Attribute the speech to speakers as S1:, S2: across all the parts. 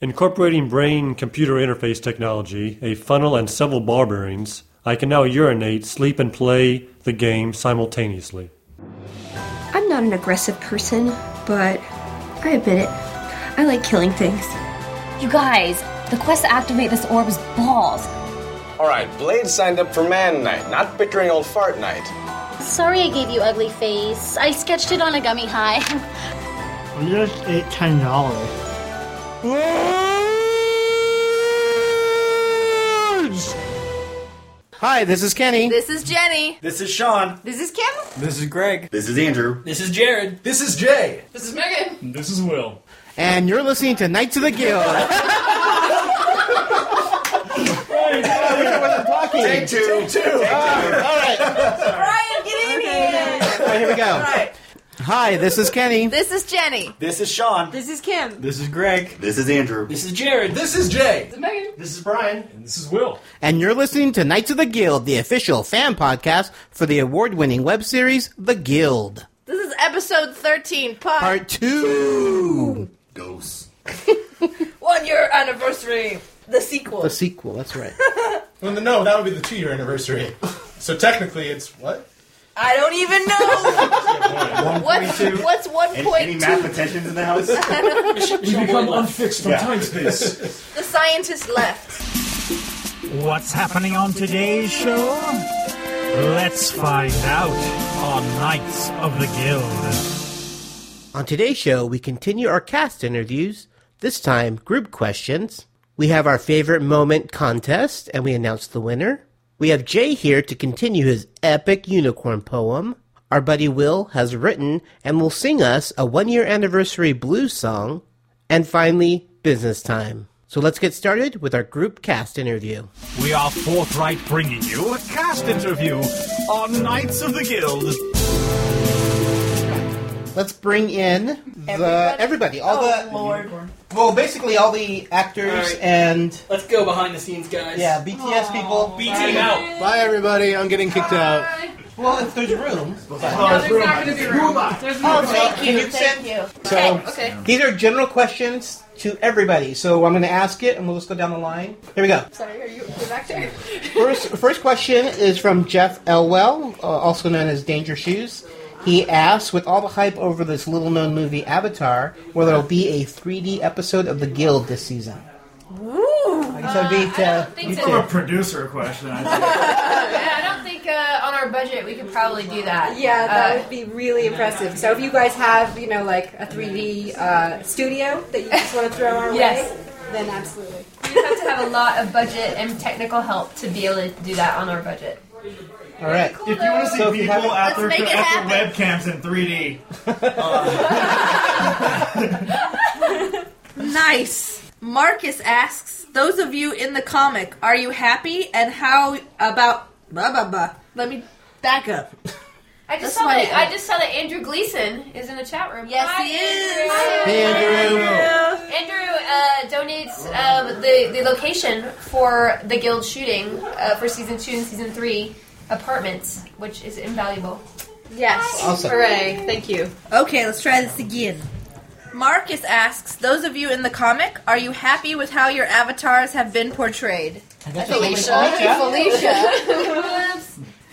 S1: Incorporating brain computer interface technology, a funnel, and several ball bearings, I can now urinate, sleep, and play the game simultaneously.
S2: I'm not an aggressive person, but I admit it. I like killing things.
S3: You guys, the quest to activate this orb is balls.
S4: All right, Blade signed up for Man Night, not bickering old fart night.
S5: Sorry I gave you ugly face. I sketched it on a gummy high.
S6: We just ate ten dollars.
S7: Hi, this is Kenny.
S8: This is Jenny.
S9: This is Sean.
S8: This is Kim.
S10: This is Greg.
S11: This is Andrew.
S12: This is Jared.
S13: This is Jay.
S14: This is Megan.
S15: This is Will.
S7: And you're listening to Knights of the Guild.
S4: Take two.
S7: Take two. Take two. Uh, all right.
S8: Brian, get in here.
S7: All right, here we go.
S8: All right.
S7: Hi, this is Kenny.
S8: This is Jenny.
S9: This is Sean.
S8: This is Kim.
S10: This is Greg.
S11: This is Andrew.
S12: This is Jared.
S13: This is Jay.
S14: This is Megan.
S9: This is Brian.
S15: And this is Will.
S7: And you're listening to Knights of the Guild, the official fan podcast for the award winning web series, The Guild.
S8: This is episode 13, part,
S7: part two.
S11: Ghosts.
S8: One year anniversary. The sequel.
S7: The sequel, that's right.
S9: well, no, that would be the two year anniversary. So technically, it's what?
S8: I don't even know.
S11: what's,
S8: what's one
S11: Any,
S8: point
S11: any
S8: two?
S11: math attentions in the house?
S15: You become unfixed from time space.
S8: The scientist left.
S16: What's happening on today's show? Let's find out on Knights of the Guild.
S7: On today's show, we continue our cast interviews, this time group questions. We have our favorite moment contest, and we announce the winner. We have Jay here to continue his epic unicorn poem. Our buddy Will has written and will sing us a one year anniversary blues song. And finally, business time. So let's get started with our group cast interview.
S16: We are forthright bringing you a cast interview on Knights of the Guild.
S7: Let's bring in the
S8: Everybody?
S7: everybody, all
S8: Oh,
S7: the
S8: Lord.
S7: well, basically all the actors
S12: All right.
S7: and
S12: Let's go behind the scenes, guys.
S7: yeah, BTS people.
S12: B team out.
S10: Bye, everybody. I'm getting kicked out.
S7: Well, if there's room,
S14: No, there's not going to be room. There's
S8: Oh,
S14: no room.
S8: thank
S7: Can
S8: you,
S7: you
S8: thank
S7: send-
S8: you.
S7: so
S14: Okay.
S7: these are general questions to everybody. So I'm going to ask it, and we'll just go down the line. Here we go.
S14: Sorry, are you go back there?
S7: First, first question is from Jeff Elwell, uh, also known as Danger Shoes. He asks, with all the hype over this little-known movie Avatar, will there be a 3D episode of The Guild this season?
S8: Ooh.
S7: I guess that'd be
S14: Uh,
S7: to-
S14: I don't think
S7: you
S14: so.
S7: two.
S15: From a producer question. I
S14: Yeah, I don't think uh, on our budget we could probably do that.
S17: Yeah, that
S14: Uh,
S17: would be really impressive. So if you guys have, you know, like a 3D uh, studio that you just want to throw our
S14: Yes.
S17: way, then absolutely.
S14: We'd have to have a lot of budget and technical help to be able to do that on our budget.
S7: All right.
S15: think. If you want to see
S7: So if you
S15: people
S7: haven't-
S15: out there
S8: Let's make it
S15: at the webcams in 3D,
S8: Nice. Marcus asks, those of you in the comic, are you happy and how about blah blah blah. Let me back up.
S14: I
S8: That's
S14: just saw
S8: why-
S14: that. I just saw that Andrew Gleason is in the chat room.
S8: Yes,
S14: Hi,
S8: he is.
S14: Andrew.
S7: Hey, Andrew.
S14: Andrew uh, donates um, the the location for the guild shooting uh, for season two and season three apartments, which is invaluable.
S8: Yes.
S7: Awesome.
S17: Hooray! Thank you.
S8: Okay, let's try this again. Marcus asks, those of you in the comic, are you happy with how your avatars have been portrayed?
S14: Felicia.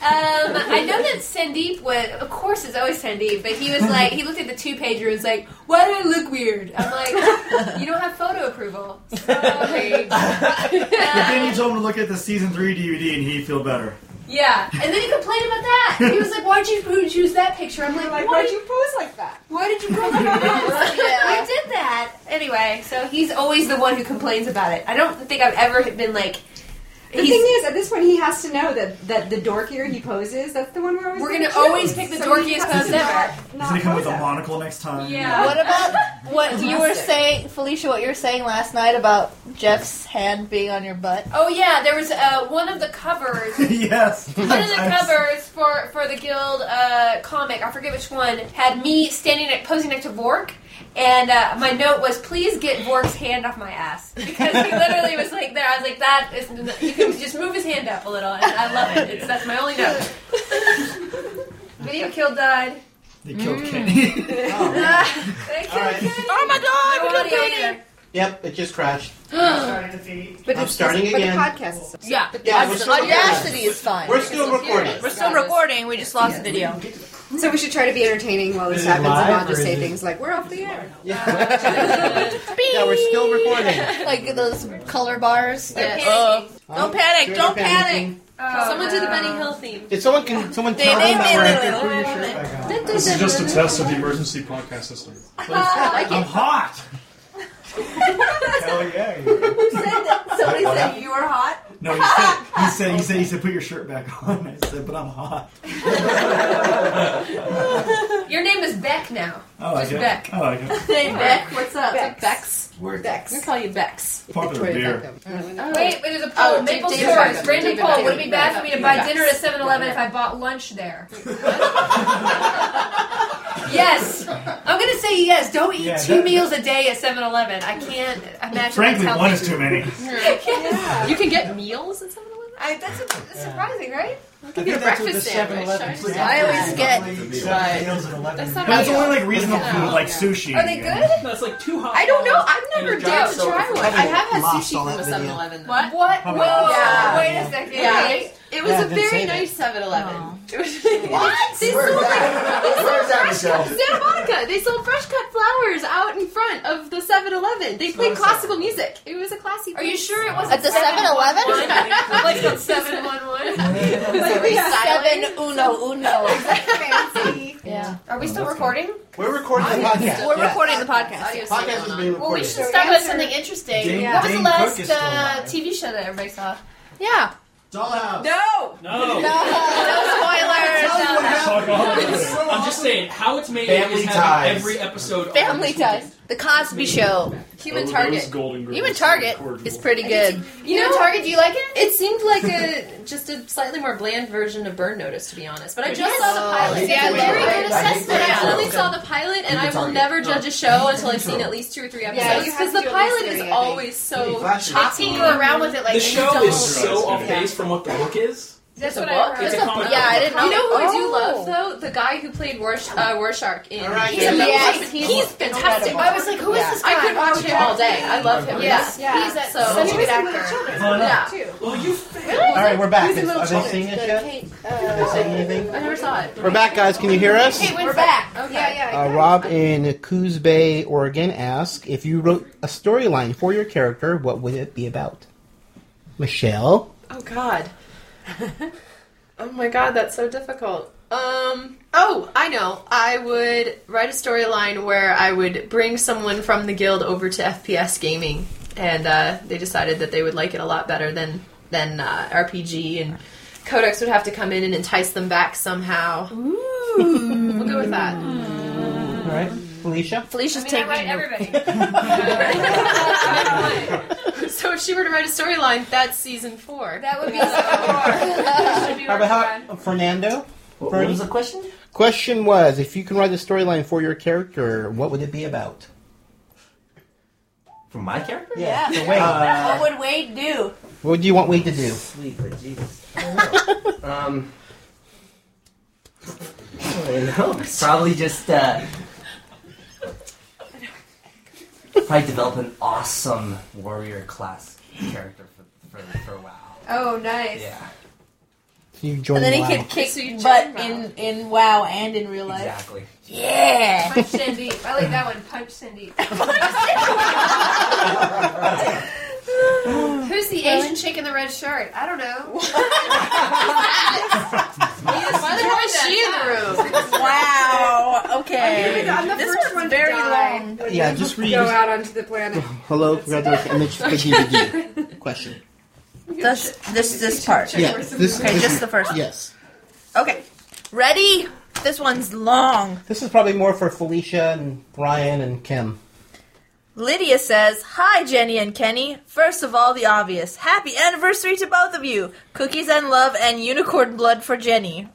S14: Um, I know that Sandeep was, of course, it's always Sandeep, but he was like, he looked at the two pager and was like, "Why do I look weird?" I'm like, "You don't have photo approval." Sorry.
S15: but then you told him to look at the season 3 DVD and he'd feel better.
S14: yeah, and then he complained about that. He was like, "Why'd you choose that picture?" I'm like,
S17: Like,
S14: "Why
S17: why'd you pose like that?
S14: Why did you bring that up? I did that. Anyway, so he's always the one who complains about it. I don't think I've ever been like,
S17: The
S14: he's-
S17: thing is, at this point, he has to know that that the dorkier he poses, that's the one we're always.
S14: We're
S17: gonna
S14: gonna always
S17: choose.
S14: pick the
S17: So he
S14: dorkiest
S17: has to
S14: pose ever.
S17: not-
S15: He's
S17: not
S15: going to come with
S17: pose
S15: a
S17: that.
S15: monocle next time.
S14: Yeah.
S8: What about what you were saying, Felicia? What you were saying last night about Jeff's hand being on your butt?
S14: oh yeah, there was uh, one of the covers.
S15: yes.
S14: One of the
S15: I'm-
S14: covers for, for the Guild uh, comic, I forget which one, had me standing at, posing next to Vork, and uh, my note was, "Please get Vork's hand off my ass," because he literally was like there. I was like, "That is, you can just move his hand up a little," and I love it. It's, that's my only note. Video kill died. Mm.
S15: They killed Kenny.
S14: Ah, they killed Kenny.
S8: Oh my
S14: No
S8: God!
S14: audio either.
S7: Yep, it just crashed.
S18: starting to feed.
S7: I'm starting again.
S17: podcast is
S8: Yeah.
S7: Yeah, we're still
S17: Audacity
S7: recording.
S17: is fine.
S7: We're still recording.
S8: We're still recording. We just lost video.
S17: So we should try to be entertaining while this
S7: Is it
S17: happens and
S7: live
S17: not
S7: or
S17: just say
S7: is it-
S17: things like, we're off the air.
S7: Yeah, we're still recording.
S17: like those color bars.
S13: Yes.
S7: Oh.
S8: Don't panic. Don't panic.
S13: Oh,
S14: Someone do the Benny Hill theme.
S7: Did someone can someone
S8: They-
S7: tell
S8: they-
S7: them
S8: they-
S7: that
S8: they-
S7: we're
S14: This
S19: This is just a test of the emergency podcast system.
S14: I'm
S15: hot.
S19: Hell yeah!
S8: Somebody said you were hot.
S15: No, he said, he said, he said, he said, put your shirt back on. I said, but I'm hot.
S14: Your name is Beck now.
S15: Oh, I like
S14: just
S15: it.
S14: Beck.
S15: I like it.
S8: Hey Beck, what's up? Bex. Bex.
S15: Wex.
S8: Bex. We call you Bex.
S15: Popular beer.
S14: Wait, wait, there's a poll.
S8: Oh,
S14: Maple
S8: David
S14: Stars.
S8: Beckham.
S14: Randy
S8: David
S14: Poll.
S8: Beckham.
S14: Would it be bad for me to buy
S8: Yes.
S14: dinner at 7 Eleven if I bought lunch there? yes. I'm going to say yes. Don't eat
S15: Yeah,
S14: two
S15: that-
S14: meals a day at 7 Eleven. I can't imagine.
S15: Frankly,
S14: that's how
S15: one is too many.
S14: You can get meals at 7 Eleven? That's, that's surprising, right? You
S15: I
S14: can
S15: think
S14: get a
S15: that's what
S14: breakfast
S15: the
S14: sandwich.
S15: 7-Eleven
S14: sure.
S15: stands
S14: I
S15: for.
S14: always get.
S15: That's
S14: not
S15: That's
S14: ideal.
S15: only like reasonable food, like sushi.
S14: Are they good?
S20: That's like too hot.
S14: I don't know. I've never
S20: And
S14: dared
S20: giant
S14: to
S20: soda.
S14: try one. I
S20: Probably
S14: have had
S20: lost all
S14: sushi from
S20: that
S14: a
S20: video.
S14: 7 Eleven. What? What?
S20: Probably
S14: Whoa!
S20: lost. Yeah.
S14: Wait a second.
S13: Yeah.
S14: Wait.
S13: It
S14: was
S13: was
S14: Yeah,
S13: a
S14: then say
S13: very
S14: that.
S13: nice 7 Eleven.
S14: What? They
S13: Where's
S14: sold
S13: that?
S14: they sold
S13: Where's that,
S14: fresh cut-
S13: Michelle? Santa Monica. They sold fresh cut flowers out in front of the 7 Eleven. They played classical music. It was a classy
S14: Are you
S13: place.
S14: sure it wasn't
S13: At the 7-Eleven?
S14: 7-Eleven? like it's 711?
S13: Like we seven
S14: uno uno. Fancy. Yeah. Are we
S13: Oh,
S14: still recording?
S7: We're recording the podcast.
S8: We're
S7: Yeah.
S8: recording the podcast. yes.
S7: Podcast is being recorded.
S14: Well, we should start with something interesting.
S7: Dane-
S14: what was
S7: Dane
S14: the
S7: Cook
S14: last
S7: is still
S14: uh, TV show that everybody saw? Yeah.
S3: Dollhouse.
S8: No.
S20: No. I'm just saying how it's made
S3: Family
S20: is having
S3: Ties.
S20: every episode.
S13: Family Ties. The Cosby Show.
S20: Human Oh, Target. those Golden Girls Human
S13: Target is pretty good.
S14: You know, Target, do you like it?
S13: It seemed like a just a slightly more bland version of Burn Notice, to be honest. But I just
S14: Yes.
S13: saw the
S14: Oh,
S13: pilot.
S14: yeah, I
S13: It's a
S14: love
S13: very good
S14: it. I hate
S13: assessment.
S14: Burn
S13: I
S14: Notice.
S13: only saw the pilot, and I
S14: Human
S13: will
S14: Target.
S13: never judge a show until I've seen
S14: Intro.
S13: at least two or three
S14: Yeah,
S13: episodes
S14: you have
S13: because
S14: to
S13: the
S14: do at least
S13: pilot
S14: three, I
S13: is
S14: think.
S13: always so.
S14: They take you around with it like
S20: the
S14: and you
S20: show
S14: don't-
S20: is so off base from what the book is.
S14: That's
S13: The
S14: what
S13: book?
S14: I heard.
S13: It's a
S14: That's
S13: comic
S14: what-
S13: book.
S14: You know who I do
S13: Oh.
S14: love though? The guy who played Warsh- uh, Warshark in.
S13: right,
S14: he's,
S13: yeah.
S14: amazing.
S13: Yes,
S14: he's,
S13: he's
S14: fantastic.
S13: incredible.
S14: I was like, who is
S13: Yeah.
S14: this guy?
S13: I could watch him all day. I love him.
S14: Yes,
S13: Yeah.
S14: he's a,
S13: So-
S14: such a
S13: He
S14: good
S13: was in
S14: actor.
S7: Little
S14: Yeah.
S20: Well, you
S7: All right, we're back.
S14: He's in Little
S7: Are they
S14: Children.
S7: seeing us yet? Are they saying anything?
S14: I never saw it.
S7: We're back, guys. Can you hear us?
S14: Hey, we're back. Okay. Yeah,
S7: Uh, Rob in Coos Bay, Oregon asks if you wrote a storyline for your character, what would it be about? Michelle,
S13: Oh God. oh my God, that's so difficult. Um. Oh, I know. I would write a storyline where I would bring someone from the guild over to FPS gaming, and uh, they decided that they would like it a lot better than than uh, RPG, and Codex would have to come in and entice them back somehow. we'll go with that.
S7: all right, Felicia.
S13: Felicia's
S14: I mean, I write
S13: everybody. so if she were to write a storyline, that's season four.
S14: That would be so
S7: How about how, Fernando?
S3: What
S7: Fernie?
S3: was the question?
S7: Question was if you can write a storyline for your character, what would it be about?
S3: For my character?
S7: Yeah, for Wade.
S3: Uh,
S8: what would Wade do?
S7: What do you want Wade to do?
S3: Sleeper, Jesus. I don't know. um, I don't know. Probably just uh, probably develop an awesome warrior class character for for, for WoW.
S8: Oh, nice.
S3: Yeah,
S7: You join
S8: and then he
S7: WoW.
S8: could kick butt in in WoW and in real life.
S3: exactly.
S8: Yeah.
S14: Punch Cindy. I like that one. Punch Cindy. Who's the Asian chick in the red shirt? I don't know.
S13: Why the hell is she in the room?
S8: Wow. Okay.
S17: I'm the
S8: this one's
S17: first one to
S8: very
S17: die.
S8: long.
S7: Yeah, just read.
S17: Go
S7: just-
S17: out onto the planet.
S7: Hello, congratulations. I'm interested in you. Question.
S8: This this this part.
S7: Yeah, this-
S8: okay,
S7: this-
S8: just the first.
S7: Yes.
S8: One. Okay. Ready? This one's long.
S7: This is probably more for Felicia and Brian and Kim.
S8: Lydia says, Hi, Jenny and Kenny. First of all, the obvious. Happy anniversary to both of you. Cookies and love and unicorn blood for Jenny.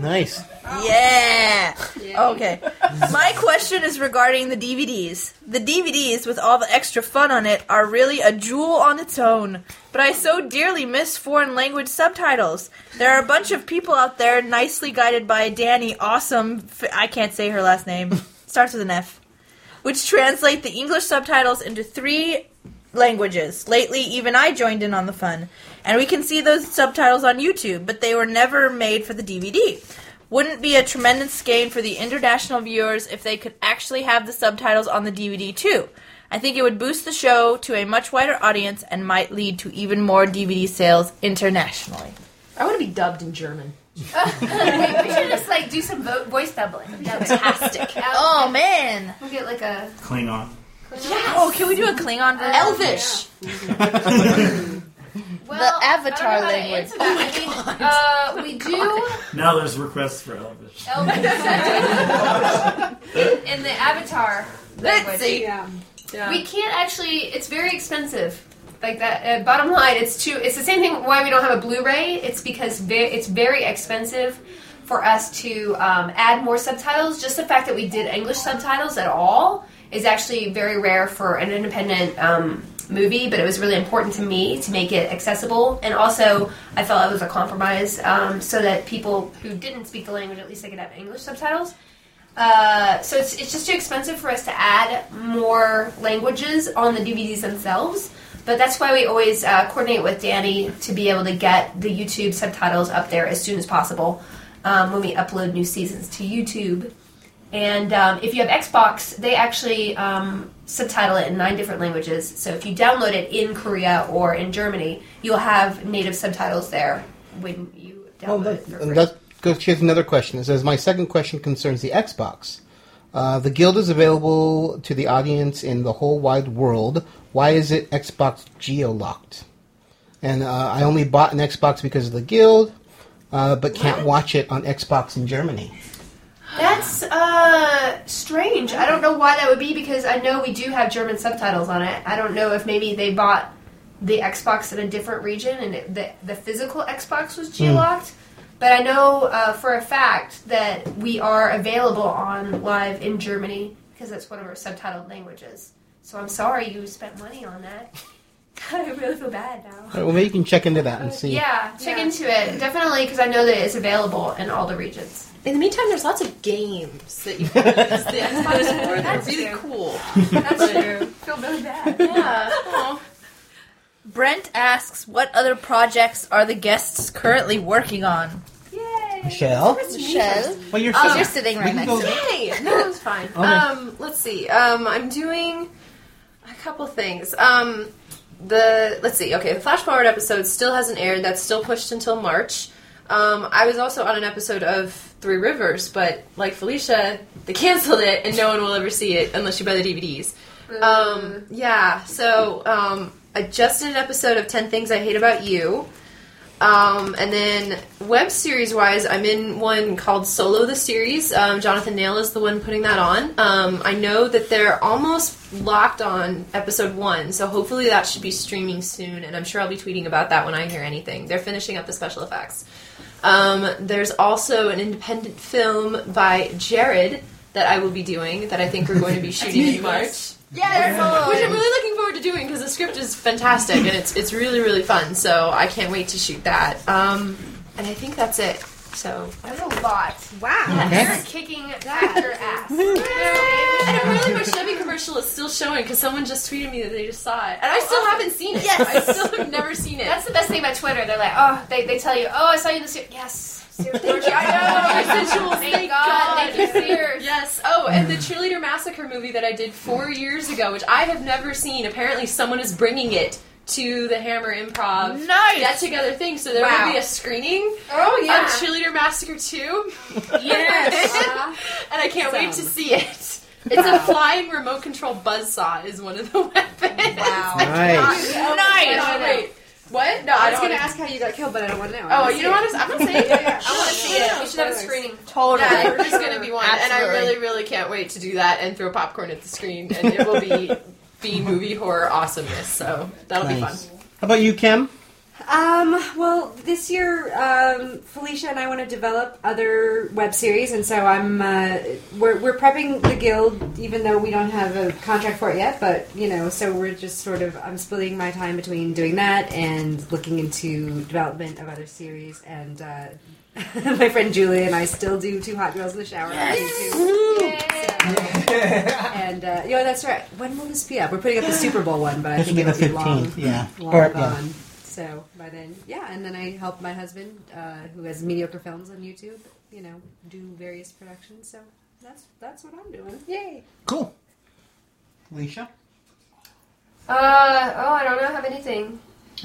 S7: Nice.
S8: Yeah. Okay. My question is regarding the DVDs. The DVDs with all the extra fun on it are really a jewel on its own. But I so dearly miss foreign language subtitles. There are a bunch of people out there nicely guided by Danny Awesome. F- I can't say her last name. Starts with an F. which translate the English subtitles into three languages. Lately, even I joined in on the fun, and we can see those subtitles on YouTube, but they were never made for the DVD. Wouldn't be a tremendous gain for the international viewers if they could actually have the subtitles on the DVD too. I think it would boost the show to a much wider audience and might lead to even more DVD sales internationally.
S13: I want to be dubbed in German.
S14: Wait, we should just like do some vo- voice doubling. That'd be fantastic.
S8: Oh man!
S14: We'll get like a.
S15: Klingon.
S8: Oh, can we do a Klingon version? Elvish.
S14: Well,
S8: the Avatar
S14: I don't know
S8: language.
S14: how to answer that. I mean, uh,
S15: Now there's requests for Elvish.
S14: we do in, in the Avatar
S8: Let's
S14: language.
S8: see.
S14: We can't actually. It's very expensive. Like that. Uh, bottom line, it's too. It's the same thing. Why we don't have a Blu-ray? It's because ve- it's very expensive for us to um, add more subtitles. Just the fact that we did English subtitles at all is actually very rare for an independent um, movie. But it was really important to me to make it accessible, and also I felt it was a compromise um, so that people who didn't speak the language at least they could have English subtitles. Uh, so it's, it's just too expensive for us to add more languages on the DVDs themselves. But that's why we always uh, coordinate with Danny to be able to get the YouTube subtitles up there as soon as possible um, when we upload new seasons to YouTube. And um, if you have Xbox, they actually um, subtitle it in nine different languages. So if you download it in Korea or in Germany, you'll have native subtitles there when you download it. for free.
S7: And that goes, here's another question. It says, My second question concerns the Xbox. Uh, the guild is available to the audience in the whole wide world. Why is it Xbox geo locked? And uh, I only bought an Xbox because of the guild, uh, but can't watch it on Xbox in Germany.
S14: That's uh, strange. I don't know why that would be because I know we do have German subtitles on it. I don't know if maybe they bought the Xbox in a different region and it, the, the physical Xbox was
S17: Hmm.
S14: geolocked. But I know uh, for a fact that we are available on live in Germany because that's one of our subtitled languages. So I'm sorry you spent money on that. God, I really feel bad now.
S7: All right, Uh, well, maybe you can check into that and see.
S14: Yeah, check into it definitely because I know that it's available in all the regions.
S17: In the meantime, there's lots of games that you can use the Xbox for. They're really cool.
S14: That's true. Feel really bad.
S8: Yeah. Brent asks, "What other projects are the guests currently working on?"
S7: Michelle?
S8: Michelle.
S7: Well, you're
S8: Um,
S7: sitting-
S8: you're sitting
S7: we
S8: right
S7: can
S8: next
S7: go-
S8: to me.
S13: Yay! No, it's fine.
S7: Okay.
S13: Um, let's see. Um, I'm doing a couple things. Um, the let's see. Okay, the flash forward episode still hasn't aired. That's still pushed until March. Um, I was also on an episode of Three Rivers, but like Felicia, they canceled it, and no one will ever see it unless you buy the DVDs. Um, yeah. So um, I just did an episode of Ten Things I Hate About You. Um, and then web series wise, I'm in one called Solo the Series. Um, Jonathan Nail is the one putting that on. Um, I know that they're almost locked on episode one, so hopefully that should be streaming soon. And I'm sure I'll be tweeting about that when I hear anything. They're finishing up the special effects. Um, there's also an independent film by Jared that I will be doing that I think we're going to be shooting in March.
S17: Yeah.
S13: Which I'm really looking forward to doing because the script is fantastic and it's it's really really fun. So I can't wait to shoot that. Um, and I think that's it. So
S14: That's a lot. Wow.
S13: Yes.
S14: You're kicking that your ass.
S13: and I'm really wish Chevy commercial is still showing because someone just tweeted me that they just saw it and I still haven't seen it.
S14: Oh, Yes.
S13: I still have never seen it.
S14: That's the best thing about Twitter. They're like, oh, they, they tell you, oh, I saw you in the series. Yes. Seriously.
S13: I know. Essential.
S14: Thank God. Thank you, Sears.
S13: Yes. Oh, and the cheerleader massacre movie that I did four years ago, which I have never seen. Apparently, someone is bringing it to the Hammer Improv
S14: Nice.
S13: get together thing. So there
S14: Wow.
S13: will be a screening.
S14: Oh, yeah.
S13: Of cheerleader massacre two.
S14: Yes.
S13: and I can't wait to
S14: Awesome.
S13: see it. It's a
S14: Wow.
S13: flying remote control buzzsaw is one of the weapons. Oh, Wow.
S7: Nice.
S13: Nice. Wait. What? No, I,
S17: was
S13: don't
S17: going
S13: wanna-
S17: to ask how you got killed, but I don't want to know. I
S13: Oh,
S17: wanna
S13: you
S17: see
S13: know
S17: it.
S13: what? I'm- I'm not saying it. I want to see
S17: Yeah,
S13: it.
S17: yeah,
S13: We should have a
S17: spoilers.
S13: screening.
S17: Totally.
S13: Yeah, there's going to be one, and I
S17: Absolutely.
S13: really, really can't wait to do that and throw popcorn at the screen, and it will be be movie horror awesomeness. So that'll be fun.
S7: Nice. How about you, Kim?
S17: Um, well, this year, um, Felicia and I want to develop other web series, and so I'm uh, we're we're prepping the guild, even though we don't have a contract for it yet. But you know, so we're just sort of I'm splitting my time between doing that and looking into development of other series and. Uh, My friend Julie and I still do two hot girls in the shower. So- and uh, yeah, that's right. When will this be up? We're putting up the Super Bowl one, but I
S7: This
S17: think
S7: will be
S17: it'll
S7: the
S17: be long,
S7: 15th, yeah.
S17: long
S7: Or- yeah.
S17: gone. So by then, yeah. And then I help my husband, uh, who has mediocre films on YouTube. You know, do various productions. So that's that's what I'm doing. Yay!
S7: Cool. Alicia?
S14: Uh, oh, I don't know, have anything. I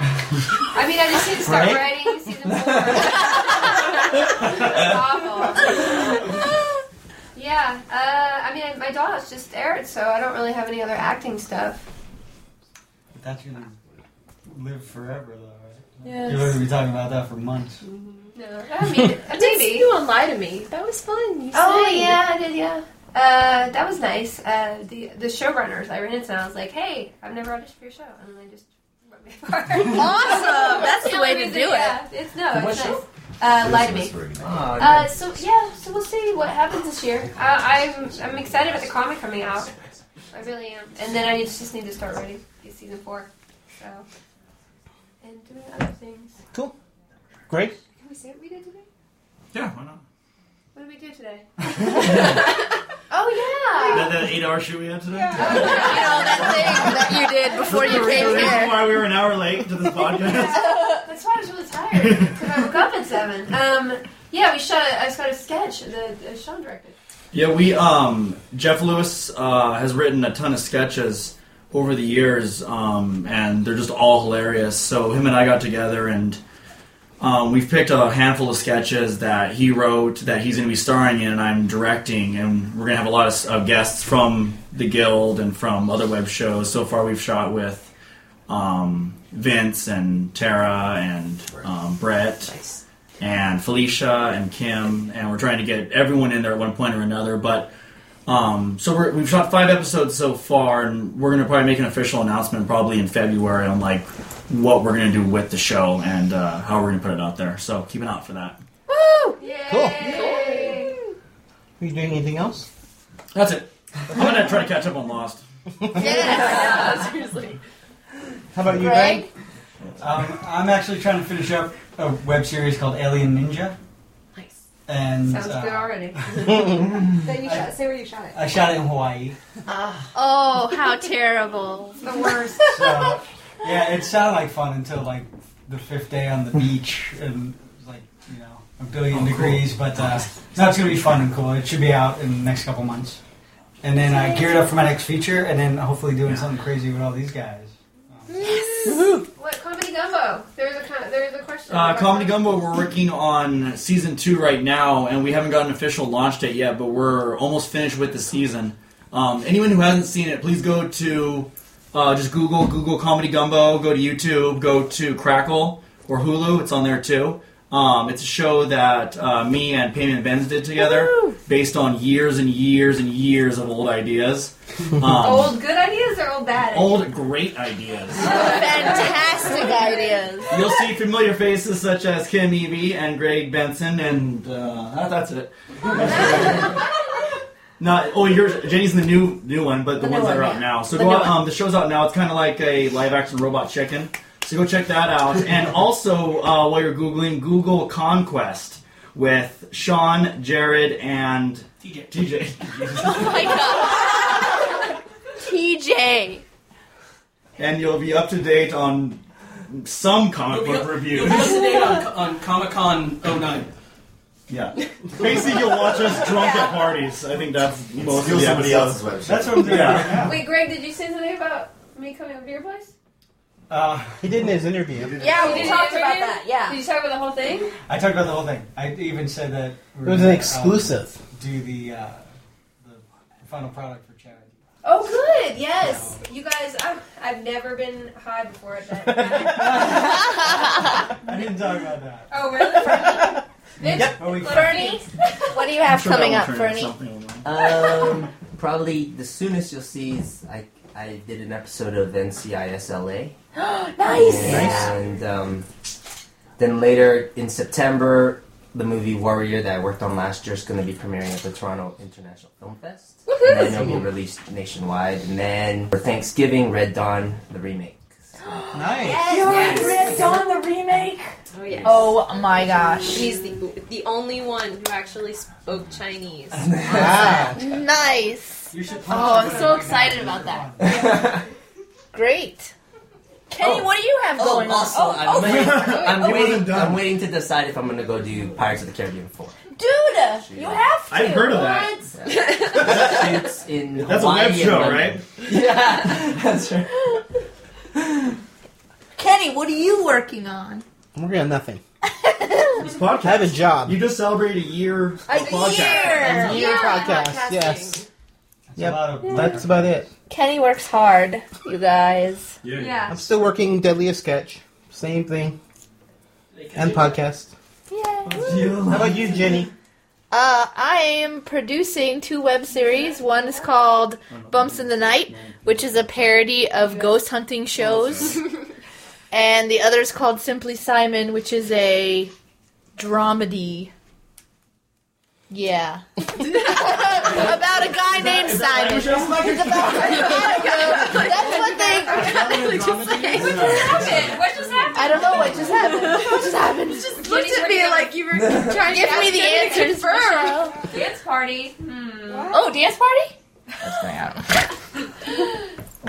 S14: mean, I just need to start
S7: Right?
S14: writing season four. Awful. yeah, uh, I mean, my dollhouse just aired, so I don't really have any other acting stuff.
S11: That's gonna live forever, though, right?
S14: Yes.
S11: You're going to be talking about that for months.
S14: No, I mean, maybe.
S13: You won't lie to me. That was fun. You
S14: Oh
S13: sang.
S14: yeah, I did. Yeah, uh, that was nice. Uh, the the showrunners, I ran into, and I was like, "Hey, I've never auditioned for your show," and then they just wrote me a part.
S8: Awesome! That's the
S14: only
S8: way to
S14: reason-
S8: do it.
S14: Yeah, it's no,
S8: What
S14: it's nice.
S8: show?
S14: Uh, lie to me.
S8: Ah,
S14: Uh, so yeah, so we'll see what happens this year. Uh, I'm I'm excited about the comic coming out. I really am. And then I just just need to start writing season four. So and doing other things.
S7: Cool. Great.
S14: Can we say what we did today?
S7: Yeah, why not?
S14: What did we do today?
S21: That,
S14: oh yeah.
S21: that eight hour shoot we had today?
S14: Oh, yeah.
S8: that thing that you did before you
S21: The re-
S8: came
S21: the reason
S8: here.
S21: why we were an hour late to this podcast.
S14: That's why I was really tired. Because I woke up at seven. Um, yeah, we shot. A, I shot a sketch. The, the Sean directed.
S15: Yeah, we um Jeff Lewis uh, has written a ton of sketches over the years, um, and they're just all hilarious. So him and I got together and um, we've picked a handful of sketches that he wrote that he's going to be starring in, and I'm directing, and we're going to have a lot of uh, guests from the Guild and from other web shows. So far, we've shot with um, Vince and Tara and um, Brett and Felicia and Kim, and we're trying to get everyone in there at one point or another. But um, so we're, we've shot five episodes so far, and we're gonna probably make an official announcement probably in February on like what we're gonna do with the show and uh, how we're gonna put it out there. So keep an eye out for that.
S7: Woo! Cool. Are you doing anything else?
S15: That's it. I'm gonna try to catch up on Lost.
S13: Yeah, seriously.
S21: How about
S13: you, Greg?
S21: Um, I'm actually trying to finish up a web series called Alien Ninja. Nice. And
S17: Sounds
S21: uh,
S17: good already.
S21: I
S17: Then you shot, say where you shot it.
S21: shot it in Hawaii.
S8: Oh, how terrible! The worst.
S21: So yeah, it sounded like fun until like the fifth day on the beach and it was like you know a billion
S11: Oh, cool.
S21: degrees. But uh, no, it's gonna be fun and cool. It should be out in the next couple months. And then I geared up for my next feature, and then hopefully doing something crazy with all these guys.
S14: What comedy gumbo? There's a con- there's a question.
S15: Uh, Comedy Gumbo, we're working on season two right now, and we haven't got an official launch date yet, but we're almost finished with the season. Um, anyone who hasn't seen it, please go to uh, just Google Google Comedy Gumbo, go to YouTube, go to Crackle or Hulu. It's on there too. Um, it's a show that uh, me and Payman Benz did together, based on years and years and years of old ideas. Um,
S14: old good ideas or old bad? ideas?
S15: old great ideas.
S8: Fantastic ideas.
S15: You'll see familiar faces such as Kim Eby and Greg Benson, and uh, that- that's it. Not oh, yours. Jenny's in the new new one, but the,
S11: The new
S15: ones that
S11: one,
S15: are out
S11: yeah.
S15: now. So
S11: The
S15: go
S11: new
S15: out.
S11: one.
S15: Um, the show's out now. It's kind of like a live action Robot Chicken. So go check that out. and also, uh, while you're googling, Google Conquest with Sean, Jared, and TJ. TJ.
S8: Oh my god. TJ.
S15: and you'll be up to date on some comic book
S20: You'll
S15: reviews.
S20: be up to date on, on oh Comic Con 09.
S15: Yeah. Basically, you'll watch us drunk at parties. I think that's most
S11: steal
S15: of the
S11: somebody
S15: episodes.
S11: else's website.
S21: That's what I'm doing right now.
S14: Wait, Greg, did you say something about me coming over to your place?
S21: Uh,
S7: he did in his interview.
S8: Yeah, we
S14: Did you
S8: talked
S14: interview?
S8: about that, yeah.
S14: Did you talk about the whole thing?
S21: I talked about the whole thing. I even said that we're
S7: It was an
S21: gonna, um,
S7: exclusive.
S21: do the uh, the final product for charity.
S14: Oh, good. Yes, you guys. I've, I've never been high before at that.
S21: I didn't talk about that.
S14: Oh, really?
S21: Yep. But we-
S8: Bernie, what do you have coming up, Bernie?
S3: Um, probably the soonest you'll see is I, I did an episode of NCISLA.
S8: nice.
S3: And um, then later in September, the movie Warrior that I worked on last year is going to be premiering at the Toronto International Film Fest. And then it'll be released nationwide. And then for Thanksgiving, Red Dawn, the remake.
S21: Nice.
S8: Yes, Red Dawn, the remake.
S13: Oh yes.
S8: Oh my gosh.
S13: He's the the only one who actually spoke Chinese.
S8: nice.
S13: You should
S8: Oh, I'm so excited about that. Great. Kenny,
S3: Oh.
S8: what do you have
S3: Oh,
S8: going
S3: also,
S8: on?
S3: I'm, waiting, I'm,
S8: okay.
S3: waiting, I'm waiting to decide if I'm going to go do Pirates of the Caribbean 4.
S8: Dude, uh, you have to.
S3: I've heard of that.
S8: What?
S3: Shoots in
S15: That's a web
S3: Hawaii and
S15: show,
S3: London.
S15: right?
S3: Yeah, that's right.
S8: Kenny, what are you working on?
S7: I'm working on nothing.
S15: This podcast.
S7: I have a job.
S15: You just celebrated a year.
S8: A
S15: podcast.
S8: year.
S7: A year
S8: Yeah,
S7: podcast.
S8: podcasting.
S7: Yes. Yep.
S8: of
S7: That's about it.
S8: Kenny works hard, you guys.
S15: Yeah.
S7: I'm still working Deadliest Sketch. Same thing. And podcast. How about you, Jenny?
S8: Uh, I am producing two web series. One is called Bumps in the Night, which is a parody of ghost hunting shows. and the other is called Simply Simon, which is a dramedy. Yeah. about a guy named Simon. It's about a guy- That's what they.
S14: What just happened? What just happened?
S8: I don't know what just happened. What just happened?
S14: Just
S8: looked at me like
S14: you
S8: were trying to
S14: Give me
S8: ask
S14: the
S8: him to
S14: answers,
S8: confirm.
S14: Michelle. Dance party. Hmm.
S8: Oh, dance party?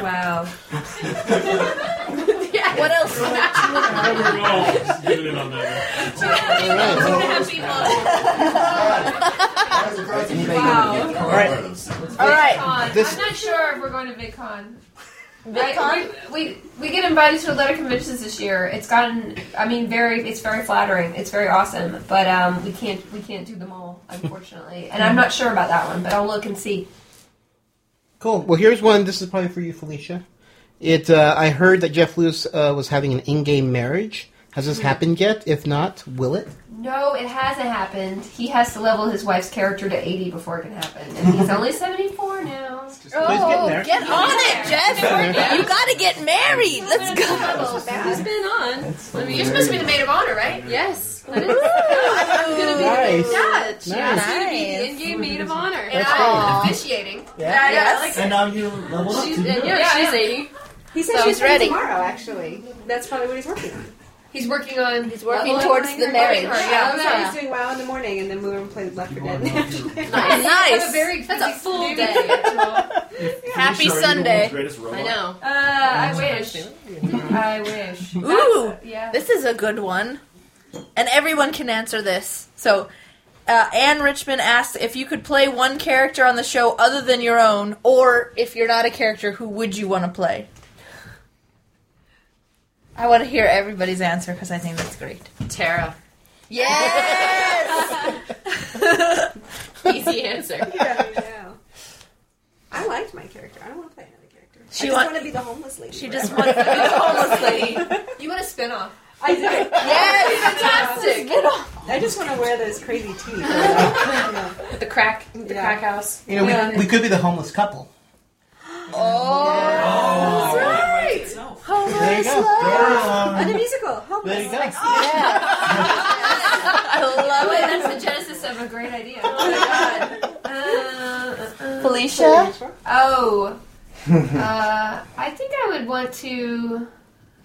S14: Wow.
S8: What else?
S14: Wow.
S7: All right.
S14: All right.
S7: This-
S14: I'm not sure if we're going to VidCon.
S8: VidCon?
S14: I- we, we we get invited to a lot of conventions this year. It's gotten, I mean, very. It's very flattering. It's very awesome. But um, we can't we can't do them all, unfortunately. and I'm not sure about that one, but I'll look and see.
S7: Cool. Well, here's one. This is probably for you, Felicia. It. Uh, I heard that Jeff Lewis uh, was having an in-game marriage. Has this
S14: Mhm.
S7: happened yet? If not, will it?
S14: No, it hasn't happened. He has to level his wife's character to 80 before it can happen, and he's only 74 now.
S7: getting there.
S8: oh, get on it, Jeff.
S14: Yeah.
S8: You gotta get married. Let's go.
S13: Who's been on? I mean,
S14: You're supposed to be the maid of honor, right?
S13: Yes. That is- I'm gonna be
S7: Nice.
S13: the dad. She's
S7: Nice.
S13: gonna be the in-game maid of honor.
S14: And I'm officiating.
S13: Yeah, yeah,
S14: Yes.
S13: I
S11: And now you leveled up.
S13: She's,
S11: to
S13: yeah,
S11: do it.
S13: she's 80.
S17: He said
S13: So
S17: she's
S13: he's
S17: ready
S13: ready.
S17: tomorrow. Actually, that's probably what he's working on.
S14: He's working on. He's
S8: working towards the marriage.
S17: Yeah,
S8: Yeah.
S17: he's doing well in the morning, and then we were and played Left 4 Dead.
S8: Nice.
S14: Have a very
S8: That's a full day.
S14: busy
S8: Happy
S14: Sure, you're the
S8: Sunday.
S14: world's
S13: I know.
S14: Uh, I wish. I wish.
S8: Ooh,
S14: Yeah.
S8: this is a good one. And everyone can answer this. So, uh, Anne Richmond asked if you could play one character on the show other than your own, or if you're not a character, who would you want to play? I want to hear everybody's answer because I think that's great.
S13: Tara.
S8: Yes!
S13: Easy answer.
S17: Yeah, I know. I liked my character. I don't want to play another character.
S8: She
S17: I just
S8: want-
S17: want to be the homeless lady.
S8: she just
S17: forever.
S8: wants to be the homeless lady.
S14: You want a spin off?
S17: I do.
S8: Yes!
S17: Fantastic.
S8: Get off.
S17: I just want to wear those crazy teeth. Yeah.
S13: With the crack, with the crack house.
S7: You know,
S17: Yeah.
S7: we, we could be the homeless couple.
S8: Oh,
S17: that's right.
S7: There you
S17: Homeless
S7: go.
S17: love.
S7: Yeah.
S17: And a musical. Homeless.
S7: There you go.
S14: Oh,
S8: I love
S14: Wait,
S8: it.
S14: that's the genesis of a great idea. Oh my god. Uh, uh, uh.
S8: Felicia?
S14: Oh. Uh, I think I would want to.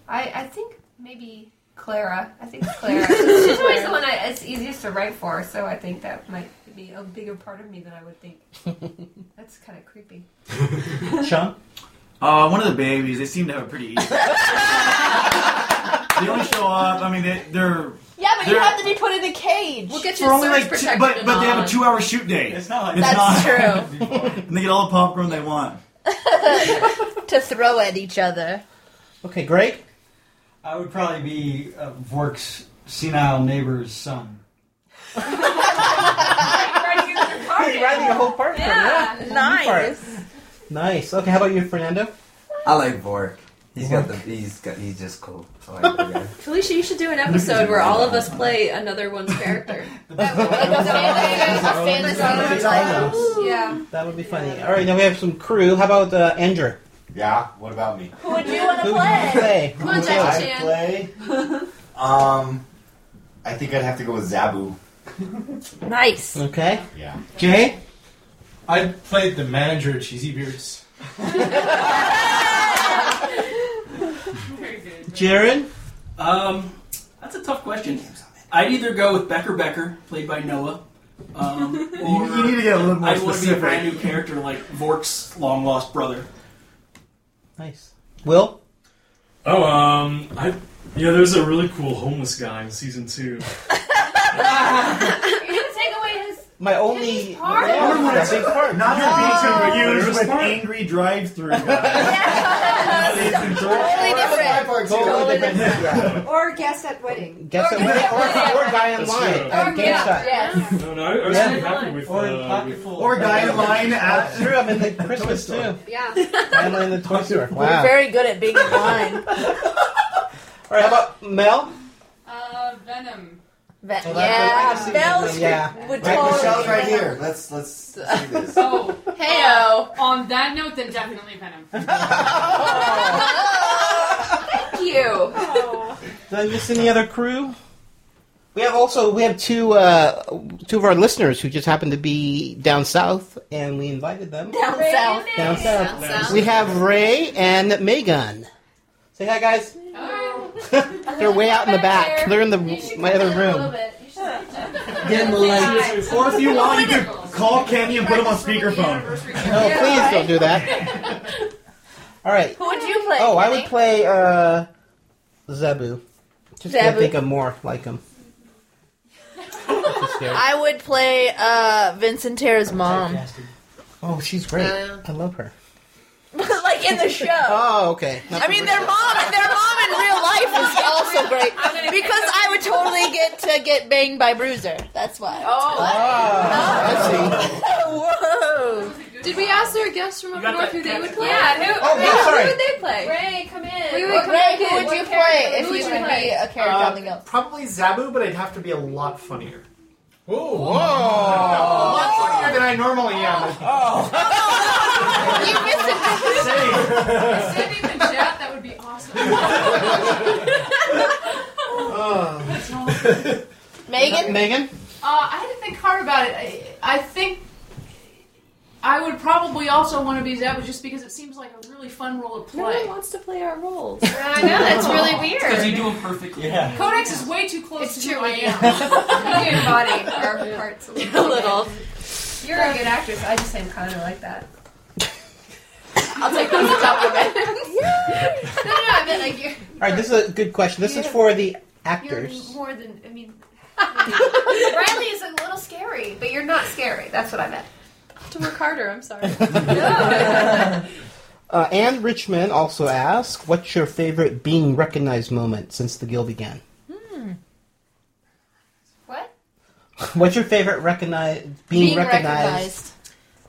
S14: I I think maybe Clara. I think Clara. She's always the one I, it's easiest to write for, so I think that might be a bigger part of me than I would think. That's kind of creepy.
S15: Sean? Uh, one of the babies. They seem to have it pretty easy. they only show up. I mean, they, they're
S8: Yeah, but you
S15: They're-
S8: have to be put in a cage. We'll
S13: get
S15: for only like, two, but but they have a two-hour shoot day. It's not. It's
S8: That's
S15: not. true. and they get all the popcorn they want.
S8: to throw at each other.
S7: Okay, Greg.
S11: I would probably be uh, Vork's senile neighbor's son.
S7: You're writing a whole part.
S14: Yeah.
S7: Whole new part. Nice. Okay, how about you, Fernando?
S3: I like Vork. He's got the. He's got. He's just cool. I like the guy.
S13: Felicia, you should do an episode where all of us play another one's character.
S14: Yeah.
S7: That would be funny. All right, now we have some crew. How about uh, Andrew?
S22: Yeah, what about me?
S8: Who would you want
S7: Who would you play?
S22: Who would I play? Um, I think I'd have to go with Zabu.
S8: Nice.
S7: Okay.
S22: Yeah.
S7: Jay?
S9: I played the manager at Cheesy Beards.
S7: Jared?
S15: Um,
S20: That's a tough question. I'd either go with Becker Becker, played by Noah, um, or
S15: You- you need to get a little more
S20: I'd want to be a
S15: specific.
S20: brand new character like Vork's long lost brother.
S7: Nice. Will?
S17: Oh, um, I yeah, there's a really cool homeless guy in season two.
S14: You're gonna take away his.
S7: My only
S14: part?
S23: My only one that's a big part. Not
S14: No.
S23: to be confused
S17: There's
S23: with
S17: part.
S23: angry drive-through.
S17: Totally
S23: different.
S17: Totally Or guest at wedding.
S7: Guess I'm or, or guy
S17: That's
S7: online
S17: true.
S7: at
S17: Or- yeah,
S7: GameStop.
S17: yes.
S7: Oh,
S17: No, no, I was really happy with,
S7: or
S17: uh, with-
S7: Or
S17: guy in line
S7: at true. I'm in the Christmas too.
S17: Yeah.
S7: Guy in line at the toy store.
S8: We're
S7: Wow.
S8: very good at being in line.
S7: All right, how about Mel?
S14: Uh, Venom.
S8: Ve-
S7: that's
S8: yeah,
S7: what-
S8: Bell's
S7: Yeah.
S8: would
S23: Right,
S8: totally.
S23: Michelle's right here. Let's let's do this.
S24: So,
S8: Heyo.
S24: uh, on that note, then definitely Venom.
S8: Thank you.
S7: Did I miss any other crew? We have also we have two uh, two of our listeners who just happen to be down south, and we invited them
S8: Down south.
S7: down south. We have Ray and Megan. Say hi, guys. They're way out in the back. They're in the my other room.
S15: Get like, or if you want, you could call Kenny and put him on speakerphone.
S7: No, please don't do that. All right.
S8: Who would you play?
S7: Oh, I would
S8: Kenny?
S7: play uh, Zebu. Just can't
S8: Zebu.
S7: think of more like him. Just scared.
S8: I would play uh, Vincent Terra's mom,
S7: Oh, she's great.
S8: Uh,
S7: I love her.
S8: like in the show.
S7: Oh, okay. Not
S8: I
S7: the
S8: mean,
S7: first
S8: their mom, their mom in real life is also great because I would totally get to get banged by Bruiser. That's why. Oh,
S13: Whoa! Did we ask our guests from up north who they would play?
S14: Yeah, who-
S8: Oh, yeah, sorry.
S13: who would they play?
S14: Ray, come in.
S13: We would
S14: What
S13: come
S14: Ray,
S13: back in.
S14: who would
S13: What
S14: you
S13: character
S14: play
S13: would
S14: if
S13: you
S14: you
S13: play?
S14: could be a character
S25: Uh,
S14: on
S20: Um,
S14: the guild?
S25: Probably Zabu, but it'd have to be a lot funnier. A
S26: Whoa!
S25: lot funnier Oh. than I normally am.
S14: You missed
S24: Same. Sending the chat, that would be awesome.
S8: Oh. Megan.
S7: Megan.
S24: Uh, I had to think hard about it. I, I think I would probably also want to be Zeb just because it seems like a really fun role to play.
S13: No one wants to play our roles.
S24: I know, that's really weird.
S20: Because you do them perfectly.
S24: Yeah. Codex is way too close to who I am.
S14: Your body, our parts, a little. You're a good actress. I just am kind of like that.
S8: I'll take those compliment.
S14: No, no, I meant like you're.
S7: All right, this is a good question. This is for the actors.
S14: You're more than I mean. Riley is a little scary, but you're not scary. That's what I meant.
S13: To work harder. I'm sorry.
S7: Uh, and Richmond also asked, "What's your favorite being recognized moment since the guild began?"
S14: Hmm. What?
S7: What's your favorite recognize being,
S13: Being
S7: recognized,
S13: recognized.